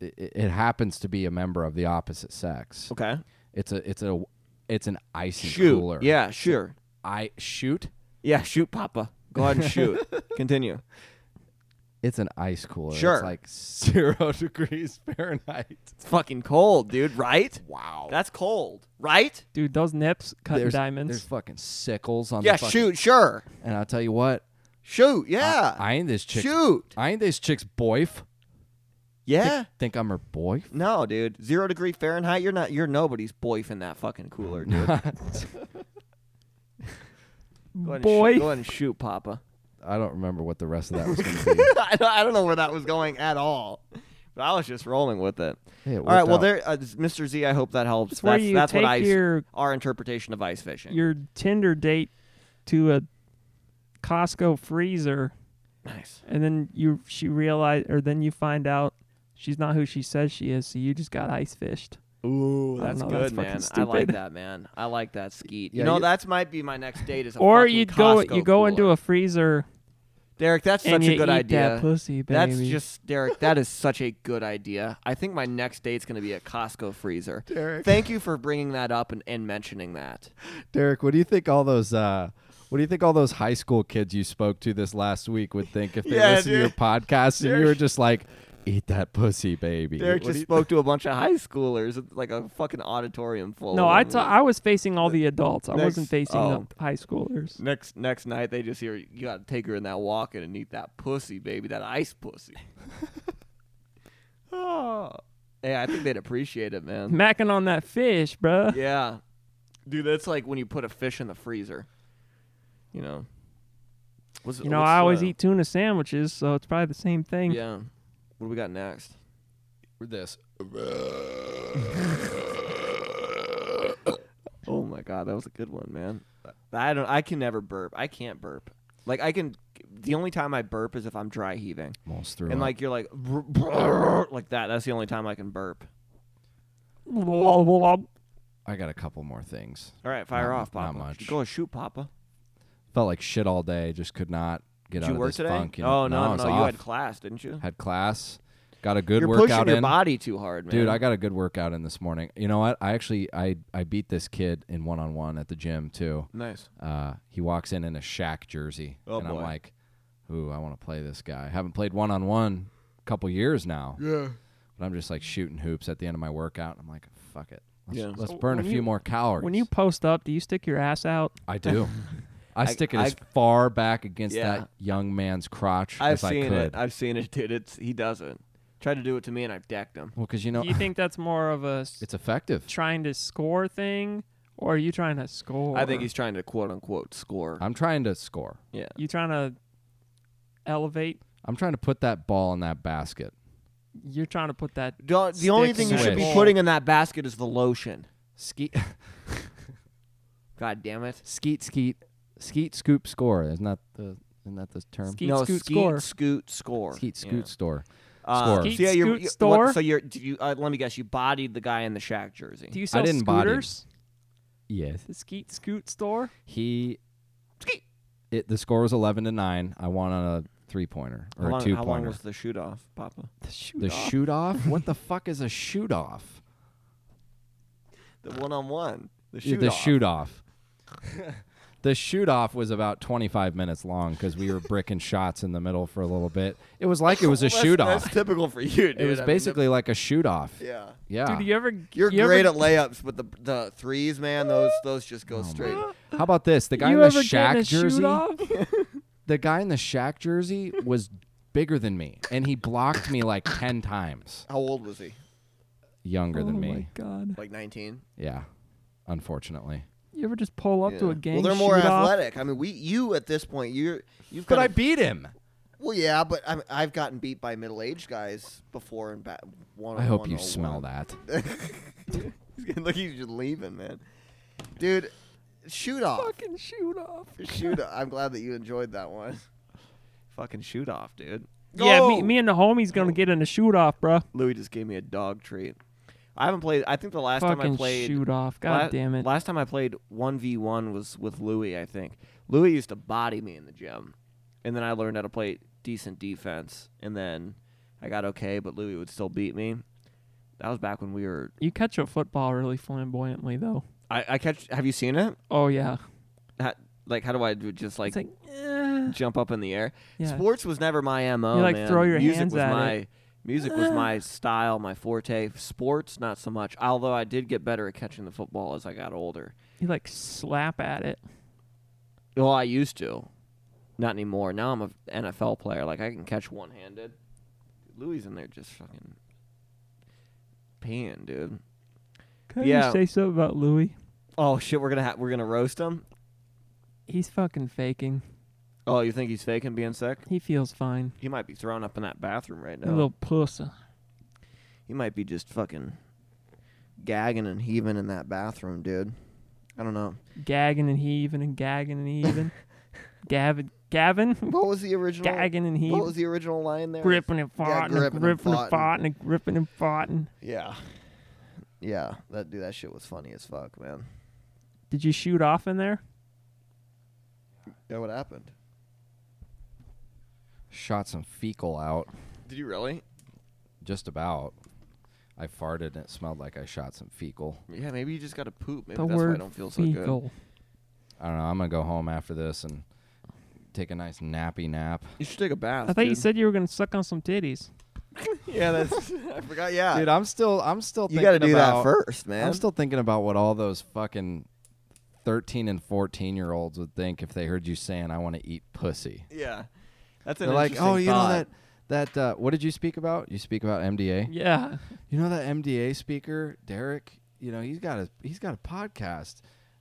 Speaker 3: it, it happens to be a member of the opposite sex.
Speaker 4: Okay.
Speaker 3: It's a it's a it's an ice
Speaker 4: Shoot.
Speaker 3: cooler.
Speaker 4: Yeah. Sure.
Speaker 3: I shoot.
Speaker 4: Yeah. Shoot, Papa. Go ahead and shoot. Continue.
Speaker 3: It's an ice cooler.
Speaker 4: Sure.
Speaker 3: It's like zero degrees Fahrenheit.
Speaker 4: It's fucking cold, dude. Right?
Speaker 3: Wow.
Speaker 4: That's cold. Right?
Speaker 1: Dude, those nips cut
Speaker 3: there's,
Speaker 1: diamonds.
Speaker 3: There's fucking sickles on
Speaker 4: Yeah.
Speaker 3: the fucking,
Speaker 4: Shoot. Sure.
Speaker 3: And I'll tell you what,
Speaker 4: Shoot. Yeah.
Speaker 3: I ain't this chick's
Speaker 4: shoot.
Speaker 3: I ain't this chick's boyf.
Speaker 4: Yeah.
Speaker 3: Think I'm her boyf?
Speaker 4: No, dude. Zero degree Fahrenheit. You're not. You're nobody's boyf in that fucking cooler, dude. Go ahead and
Speaker 1: Boy,
Speaker 4: shoot- go ahead and shoot, Papa.
Speaker 3: I don't remember what the rest of that was going to be.
Speaker 4: I don't, I don't know where that was going at all, but I was just rolling with it.
Speaker 3: Hey, it
Speaker 4: all right.
Speaker 3: worked
Speaker 4: Well,
Speaker 3: out.
Speaker 4: there, uh, Mr. Z. I hope that helps.
Speaker 1: it's where
Speaker 4: that's
Speaker 1: you
Speaker 4: that's
Speaker 1: take
Speaker 4: what I
Speaker 1: your
Speaker 4: our interpretation of ice fishing.
Speaker 1: your Tinder date to a Costco freezer,
Speaker 4: nice.
Speaker 1: and then you she realize, or then you find out she's not who she says she is. So you just got ice fished.
Speaker 4: Ooh,
Speaker 1: I don't
Speaker 4: that's
Speaker 1: know, that's fucking
Speaker 4: good, man. I like
Speaker 1: stupid.
Speaker 4: that, man. I like that skeet.
Speaker 3: Yeah,
Speaker 4: you know,
Speaker 3: you-
Speaker 4: that's might be my next date is a
Speaker 1: or
Speaker 4: fucking
Speaker 1: you go
Speaker 4: Costco
Speaker 1: you go into
Speaker 4: cooler.
Speaker 1: a freezer
Speaker 4: Derek. That's
Speaker 1: and
Speaker 4: such
Speaker 1: you
Speaker 4: a good
Speaker 1: eat
Speaker 4: idea.
Speaker 1: that pussy, baby.
Speaker 4: That's just Derek. That is such a good idea. I think my next date's gonna be a Costco freezer.
Speaker 3: Derek.
Speaker 4: Thank you for bringing that up and, and mentioning that.
Speaker 3: Derek, what do you think all those uh what do you think all those high school kids you spoke to this last week would think if they
Speaker 4: Yeah,
Speaker 3: listened to your
Speaker 4: dude.
Speaker 3: podcast and you were just like, Eat that pussy, baby.
Speaker 4: Derek
Speaker 3: What do
Speaker 4: just
Speaker 3: you-
Speaker 4: spoke to a bunch of high schoolers, at, like a fucking auditorium full.
Speaker 1: No,
Speaker 4: of
Speaker 1: I
Speaker 4: them.
Speaker 1: ta- I was facing all the adults. I
Speaker 4: Next-
Speaker 1: wasn't facing
Speaker 4: oh.
Speaker 1: the high schoolers.
Speaker 4: next next night they just hear you got to take her in that walk in and eat that pussy, baby, that ice pussy. oh, yeah, I think they'd appreciate it, man.
Speaker 1: Macking on that fish, bruh.
Speaker 4: Yeah, dude, that's like when you put a fish in the freezer. You know. What's-
Speaker 1: You know,
Speaker 4: what's,
Speaker 1: I always
Speaker 4: uh,
Speaker 1: eat tuna sandwiches, so it's probably the same thing.
Speaker 4: Yeah. What do we got next?
Speaker 3: this.
Speaker 4: Oh my god, that was a good one, man. I don't. I can never burp. I can't burp. Like I can. The only time I burp is if I'm dry heaving,
Speaker 3: Almost through.
Speaker 4: and like you're like like that. That's the only time I can burp.
Speaker 3: I got a couple more things.
Speaker 4: All right, fire
Speaker 3: Not-
Speaker 4: off, Papa.
Speaker 3: not much.
Speaker 4: Go shoot, Papa.
Speaker 3: Felt like shit all day. Just could not get
Speaker 4: Did
Speaker 3: out
Speaker 4: you
Speaker 3: of
Speaker 4: work
Speaker 3: this
Speaker 4: today?
Speaker 3: funk. you know?
Speaker 4: oh no,
Speaker 3: I
Speaker 4: no,
Speaker 3: was
Speaker 4: you
Speaker 3: off.
Speaker 4: had class, didn't you?
Speaker 3: Had class. Got a good
Speaker 4: you're
Speaker 3: workout
Speaker 4: pushing your
Speaker 3: in.
Speaker 4: body too hard, man.
Speaker 3: Dude, I got a good workout in this morning. You know what? I actually I I beat this kid in one on one at the gym too.
Speaker 4: nice.
Speaker 3: Uh, he walks in in a Shaq jersey,
Speaker 4: Oh,
Speaker 3: and
Speaker 4: boy.
Speaker 3: I'm like, "Ooh, I want to play this guy." I haven't played one on one a couple years now. Yeah, but I'm just like shooting hoops at the end of my workout. I'm like, "Fuck it, let's,
Speaker 4: Yeah.
Speaker 3: let's
Speaker 1: So
Speaker 3: burn a
Speaker 1: when
Speaker 3: few
Speaker 1: you-
Speaker 3: more calories."
Speaker 1: When you post up, do you stick your ass out?
Speaker 3: I do. I, stick it
Speaker 4: I-
Speaker 3: as far back against
Speaker 4: Yeah.
Speaker 3: that young man's crotch
Speaker 4: I've
Speaker 3: as I
Speaker 4: seen
Speaker 3: could.
Speaker 4: it. I've seen it, dude. It's he doesn't. Tried to do it to me, and I decked him.
Speaker 3: well, because you know
Speaker 1: Do you think that's more of a s-
Speaker 3: it's effective.
Speaker 1: trying to score thing, or are you trying to score?
Speaker 4: I think he's trying to quote unquote score.
Speaker 3: I'm trying to score.
Speaker 4: yeah.
Speaker 1: You trying to elevate?
Speaker 3: I'm trying to put that ball in that basket.
Speaker 1: You're trying to put that.
Speaker 4: The
Speaker 1: Stick
Speaker 4: only thing you should be
Speaker 3: switch.
Speaker 4: putting in that basket is the lotion.
Speaker 3: Ski.
Speaker 4: God damn it.
Speaker 3: skeet skeet skeet scoop score isn't that the isn't that the term
Speaker 1: Skeet
Speaker 4: no,
Speaker 1: scoot
Speaker 4: skeet,
Speaker 1: score.
Speaker 4: scoot, score.
Speaker 3: skeet
Speaker 4: Yeah.
Speaker 3: scoot store
Speaker 4: Uh,
Speaker 3: Score.
Speaker 4: so
Speaker 1: Skeet
Speaker 4: yeah, you're,
Speaker 1: scoot
Speaker 4: you're-
Speaker 1: store.
Speaker 4: What, so you're, do you, uh, let me guess, you bodied the guy in the Shaq jersey.
Speaker 1: Do you sell
Speaker 3: didn't body him.
Speaker 1: scooters?
Speaker 3: yes
Speaker 1: The skeet scoot store.
Speaker 3: he it the score was 11 to 9 i won on a three pointer
Speaker 4: how
Speaker 3: or
Speaker 4: long,
Speaker 3: a two
Speaker 4: how long
Speaker 3: pointer
Speaker 4: was the shoot off, Papa?
Speaker 1: The shoot
Speaker 3: the
Speaker 1: off.
Speaker 3: shoot off what the fuck is a shoot off
Speaker 4: The one on one. The
Speaker 3: Yeah,
Speaker 4: shoot
Speaker 3: the
Speaker 4: off.
Speaker 3: shoot off the shoot off was about 25 minutes long because we were bricking shots in the middle for a little bit it was like it was a
Speaker 4: Well, that's-
Speaker 3: shoot
Speaker 4: that's,
Speaker 3: off
Speaker 4: typical for you, dude.
Speaker 3: it was
Speaker 4: I mean,
Speaker 3: basically like a shoot off
Speaker 4: the- yeah.
Speaker 3: yeah
Speaker 1: Dude, you ever?
Speaker 2: You're
Speaker 1: you
Speaker 2: great
Speaker 1: ever,
Speaker 2: at layups, but the the threes, man, those those just
Speaker 3: Oh,
Speaker 2: go straight.
Speaker 3: how about this the guy
Speaker 1: you
Speaker 3: in the
Speaker 1: ever get in a
Speaker 3: Shaq jersey
Speaker 1: Shoot off?
Speaker 3: the guy in the Shaq jersey was bigger than me, and he blocked me like ten times.
Speaker 2: How old was he?
Speaker 3: Younger
Speaker 1: oh
Speaker 3: than me.
Speaker 1: my god!
Speaker 2: Like 19.
Speaker 3: Yeah, unfortunately.
Speaker 1: You ever just pull up to a game?
Speaker 2: well, they're more
Speaker 1: shoot off?
Speaker 2: athletic. I mean, we you at this point, you're you've
Speaker 3: But
Speaker 2: got
Speaker 3: I beat him.
Speaker 2: Well, yeah, but I'm, I've gotten beat by middle-aged guys before in ba- one.
Speaker 3: I hope you smell that.
Speaker 2: Look, he's just leaving, man. Dude, shoot off,
Speaker 1: Fucking shoot off.
Speaker 2: shoot. off. I'm glad that you enjoyed that one.
Speaker 4: Fucking shoot off, dude.
Speaker 1: Yeah,
Speaker 4: Go!
Speaker 1: me, me and the homies gonna get in a shoot off, bro.
Speaker 4: Louis just gave me a dog treat. I haven't played. I think the last time I
Speaker 1: Fucking
Speaker 4: played
Speaker 1: shoot off. God
Speaker 4: la-
Speaker 1: damn it.
Speaker 4: Last time I played one v one was with Louis. I think Louis used to body me in the gym, and then I learned how to play decent defense, and then I got okay, but Louis would still beat me. That was back when we were.
Speaker 1: You catch a football really flamboyantly though.
Speaker 4: I, I catch. Have you seen it?
Speaker 1: Oh yeah.
Speaker 4: Ha like how do I do just like,
Speaker 1: it's like eh.
Speaker 4: jump up in the air?
Speaker 1: yeah.
Speaker 4: Sports was never my mo.
Speaker 1: You, like,
Speaker 4: man.
Speaker 1: throw your
Speaker 4: music
Speaker 1: hands
Speaker 4: was
Speaker 1: at
Speaker 4: my, Music was
Speaker 1: Ah.
Speaker 4: my style, my forte. Sports, not so much. Although I did get better at catching the football as I got older.
Speaker 1: You like slap at it.
Speaker 4: Well, I used to, not anymore. Now I'm a NFL player. Like I can catch one handed. Louis in there just fucking pan, dude.
Speaker 1: Can
Speaker 4: Yeah.
Speaker 1: you say something about Louis?
Speaker 4: Oh shit, we're gonna ha- we're gonna roast him.
Speaker 1: He's fucking faking.
Speaker 4: Oh, you think he's faking being sick?
Speaker 1: He feels fine.
Speaker 4: He might be thrown up in that bathroom right
Speaker 1: A
Speaker 4: now.
Speaker 1: little pussy.
Speaker 4: He might be just fucking.
Speaker 2: Gagging and heaving in that bathroom, dude. I don't know.
Speaker 1: Gagging and heaving and gagging and heaving. Gavin Gavin
Speaker 2: What was the original?
Speaker 1: gagging and
Speaker 2: What was
Speaker 1: heaving.
Speaker 2: the original line there?
Speaker 1: Gripping and farting, and
Speaker 2: gripping and
Speaker 1: gripping and
Speaker 2: farting.
Speaker 1: farting, and gripping and farting.
Speaker 2: Yeah, yeah. That dude, that shit was funny as fuck, man.
Speaker 1: Did you shoot off in there?
Speaker 2: Yeah, what happened?
Speaker 3: Shot some fecal out,
Speaker 4: Did you really?
Speaker 3: just about. I farted and it smelled like I shot some fecal.
Speaker 4: Yeah, maybe you just gotta poop. Maybe
Speaker 1: the
Speaker 4: that's
Speaker 1: word
Speaker 4: why I don't feel so
Speaker 1: fecal.
Speaker 4: good.
Speaker 3: I don't know. I'm gonna go home after this and take a nice nappy nap.
Speaker 4: You should take a bath.
Speaker 1: I thought you
Speaker 4: dude.
Speaker 1: said you were gonna suck on some titties.
Speaker 2: yeah, that's. I forgot. Yeah,
Speaker 3: Dude, I'm still I'm still
Speaker 2: Uh, you
Speaker 3: got to
Speaker 2: do
Speaker 3: about,
Speaker 2: that first, man.
Speaker 3: I'm still thinking about what all those fucking 13 and 14 year olds would think if they heard you saying I want to eat pussy.
Speaker 2: yeah, that's an
Speaker 3: They're like,
Speaker 2: interesting
Speaker 3: "Oh, you
Speaker 2: thought. Mm-hmm.
Speaker 3: know that that uh, what did you speak about? You speak about MDA?
Speaker 1: Yeah.
Speaker 3: you know that MDA speaker, Derek, you know, he's got a he's got a podcast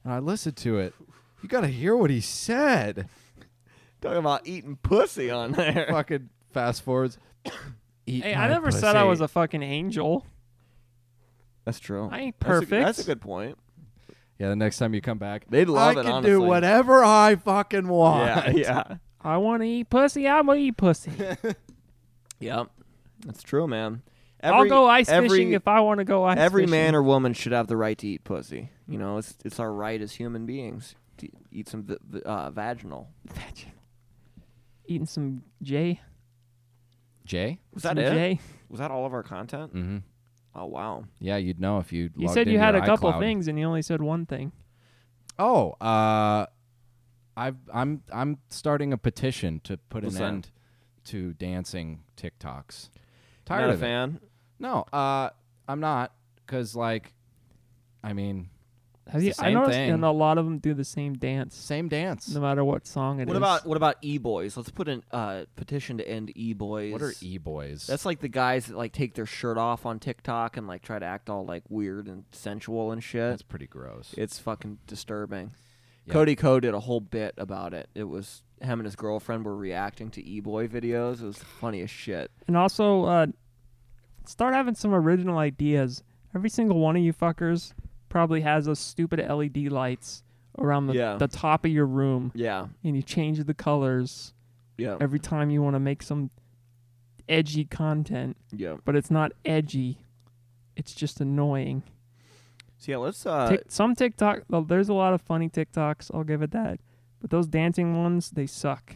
Speaker 3: and I listened to it. You got to hear what he said.
Speaker 2: talking about eating pussy on there.
Speaker 3: Fucking fast forwards. Eat
Speaker 1: Hey, I
Speaker 3: my
Speaker 1: never said I
Speaker 3: pussy.
Speaker 1: was a fucking angel.
Speaker 2: That's true.
Speaker 1: I ain't
Speaker 2: That's a-
Speaker 1: perfect.
Speaker 2: That's a, good point.
Speaker 3: Yeah, the next time you come back,
Speaker 2: They'd love
Speaker 3: I
Speaker 2: it.
Speaker 3: can
Speaker 2: honestly.
Speaker 3: do whatever I fucking want.
Speaker 2: Yeah, yeah,
Speaker 1: I want to eat pussy. I'm gonna eat pussy.
Speaker 2: yep. That's true, man.
Speaker 1: I'll
Speaker 2: Every-
Speaker 1: go ice
Speaker 2: every,
Speaker 1: fishing if I want to go ice
Speaker 2: every
Speaker 1: fishing.
Speaker 2: man or woman should have the right to eat pussy. You know, it's it's our right as human beings to eat some v- v- uh, vaginal.
Speaker 1: Vaginal. Eating some J.
Speaker 3: Jay?
Speaker 2: Was
Speaker 1: some
Speaker 2: that it?
Speaker 1: J.
Speaker 2: Was that all of our content?
Speaker 3: Mm-hmm.
Speaker 2: Oh wow.
Speaker 3: Yeah, you'd know if you.
Speaker 1: You
Speaker 3: logged
Speaker 1: said you
Speaker 3: into
Speaker 1: had a
Speaker 3: your
Speaker 1: couple
Speaker 3: iCloud.
Speaker 1: things and you only said one thing.
Speaker 3: Oh, uh, I've, I'm I'm starting a petition to put
Speaker 2: What's
Speaker 3: an
Speaker 2: that?
Speaker 3: end to dancing TikToks. Tired
Speaker 2: Not a
Speaker 3: of it.
Speaker 2: fan.
Speaker 3: No, uh, I'm not because like, I mean,
Speaker 1: Have
Speaker 3: It's
Speaker 1: you?
Speaker 3: the
Speaker 1: I
Speaker 3: same
Speaker 1: noticed,
Speaker 3: thing.
Speaker 1: and a lot of them do the same dance,
Speaker 3: same dance.
Speaker 1: no matter what song it is.
Speaker 4: What about what about e boys? Let's put an uh, petition to end e boys.
Speaker 3: What are e boys?
Speaker 4: That's like the guys that like take their shirt off on TikTok and like try to act all like weird and sensual and shit.
Speaker 3: That's pretty gross.
Speaker 4: It's fucking disturbing.
Speaker 3: Yeah.
Speaker 4: Cody Co did a whole bit about it. It was him and his girlfriend were reacting to e boy videos. It was funny as shit.
Speaker 1: And also, uh, start having some original ideas. Every single one of you fuckers probably has those stupid LED lights around the,
Speaker 4: Yeah.
Speaker 1: the top of your room,
Speaker 4: Yeah,
Speaker 1: and you change the colors
Speaker 4: yeah,
Speaker 1: every time you want to make some edgy content.
Speaker 4: yeah.
Speaker 1: But it's not edgy; it's just annoying.
Speaker 2: So yeah, let's uh,
Speaker 1: Tik some TikTok, well, there's a lot of funny TikToks. I'll give it that. But those dancing ones, they suck.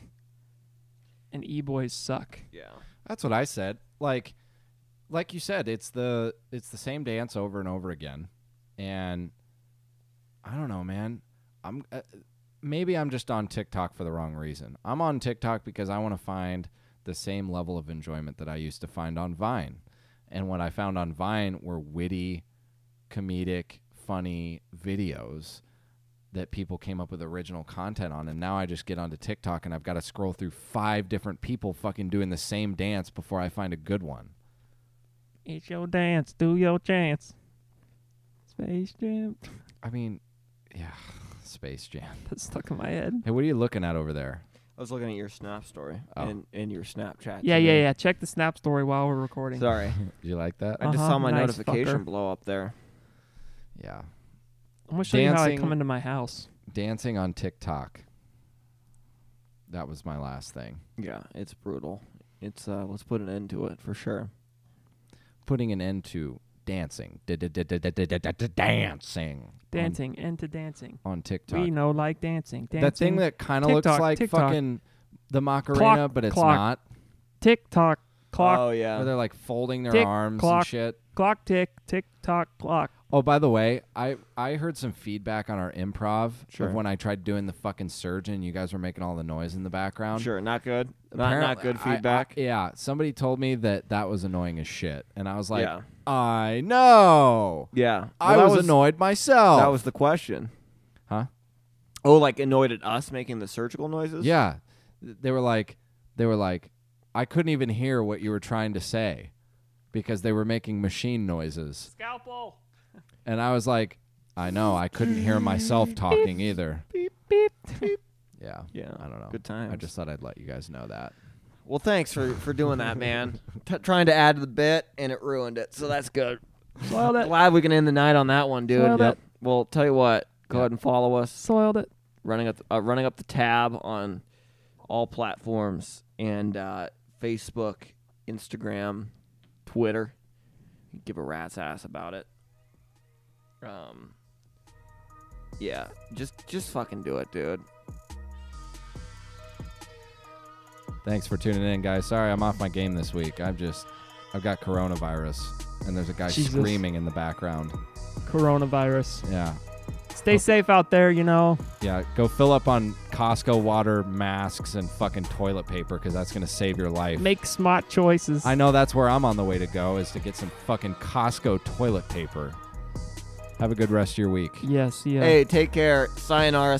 Speaker 1: And e boys suck.
Speaker 4: Yeah.
Speaker 3: That's what I said. Like, like you said, it's the it's the same dance over and over again, and I don't know, man. I'm uh, maybe I'm just on TikTok for the wrong reason. I'm on TikTok because I want to find the same level of enjoyment that I used to find on Vine, and what I found on Vine were witty, comedic, funny videos that people came up with original content on and now I just get onto TikTok and I've got to scroll through five different people fucking doing the same dance before I find a good one.
Speaker 1: It's your dance. Do your chance. Space Jam.
Speaker 3: I mean, yeah, Space Jam.
Speaker 1: That's stuck in my head.
Speaker 3: Hey, what are you looking at over there?
Speaker 2: I was looking at your Snap story
Speaker 3: Oh.
Speaker 2: and, and your Snapchat.
Speaker 1: Yeah,
Speaker 2: today.
Speaker 1: yeah, yeah. Check the snap story while we're recording.
Speaker 2: Sorry,
Speaker 3: Do you like that?
Speaker 2: I just
Speaker 1: Uh-huh,
Speaker 2: saw my
Speaker 1: nice
Speaker 2: notification
Speaker 1: fucker.
Speaker 2: blow up there.
Speaker 3: Yeah.
Speaker 1: I'm gonna show you how I
Speaker 3: Dancing.
Speaker 1: come into my house.
Speaker 3: Dancing on TikTok. That was my last thing.
Speaker 2: Yeah, it's brutal. It's uh, let's put an end to it for sure.
Speaker 3: Putting an end to dancing. Dancing.
Speaker 1: Dancing into dancing.
Speaker 3: On
Speaker 1: We
Speaker 3: TikTok.
Speaker 1: know like dancing. Dancing.
Speaker 3: That thing that kind of looks
Speaker 1: TikTok,
Speaker 3: like
Speaker 1: TikTok.
Speaker 3: fucking the Macarena, but it's
Speaker 1: clock.
Speaker 3: not.
Speaker 1: tick tock clock
Speaker 2: Oh
Speaker 3: Where
Speaker 2: yeah,
Speaker 3: they're like folding their
Speaker 1: Tick,
Speaker 3: arms
Speaker 1: clock.
Speaker 3: and shit.
Speaker 1: clock tick tick tock clock.
Speaker 3: Oh, by the way, I I heard some feedback on our improv
Speaker 2: Sure.
Speaker 3: of when I tried doing the fucking surgeon. You guys were making all the noise in the background.
Speaker 2: sure, not good. Not not
Speaker 3: Apparently-
Speaker 2: good
Speaker 3: I- I-
Speaker 2: feedback.
Speaker 3: yeah, somebody told me that that was annoying as shit, and I was like,
Speaker 2: yeah,
Speaker 3: I know.
Speaker 2: yeah.
Speaker 3: I
Speaker 2: Well, that
Speaker 3: was, annoyed myself.
Speaker 2: That was the question.
Speaker 3: Huh?
Speaker 2: Oh, like annoyed at us making the surgical noises?
Speaker 3: yeah. Th- They were like, they were like, I couldn't even hear what you were trying to say because they were making machine noises,
Speaker 1: Scalpel.
Speaker 3: and I was like, I know. I couldn't hear myself talking either.
Speaker 1: Beep beep.
Speaker 3: Yeah.
Speaker 2: Yeah.
Speaker 3: I don't know.
Speaker 2: Good times.
Speaker 3: I just thought I'd let you guys know that.
Speaker 2: Well, thanks for for doing that, man. T- trying to add to the bit and it ruined it. So that's good.
Speaker 1: Soiled it.
Speaker 2: Glad we can end the night on that one, dude.
Speaker 1: Well, that-
Speaker 2: Well, tell you what. Go
Speaker 3: Yeah.
Speaker 2: ahead and follow us.
Speaker 1: Soiled it.
Speaker 2: Running up uh, running up the tab on all platforms and uh, Facebook, Instagram, Twitter. Give a rat's ass about it. Um. Yeah, just just fucking do it, dude.
Speaker 3: Thanks for tuning in, guys. Sorry, I'm off my game this week. I've just, I've got coronavirus, and there's a guy
Speaker 1: Jesus.
Speaker 3: screaming in the background.
Speaker 1: Coronavirus.
Speaker 3: Yeah.
Speaker 1: Stay safe out there, you know.
Speaker 3: Yeah, go fill up on Costco water, masks, and fucking toilet paper because that's gonna save your life.
Speaker 1: Make smart choices.
Speaker 3: I know that's where I'm on the way to go is to get some fucking Costco toilet paper. Have a good rest of your week.
Speaker 1: Yes, yeah.
Speaker 4: Hey, take care. Sayonara,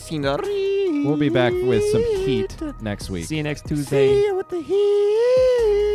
Speaker 3: We'll be back with some heat next week.
Speaker 1: See you next Tuesday.
Speaker 4: with the heat.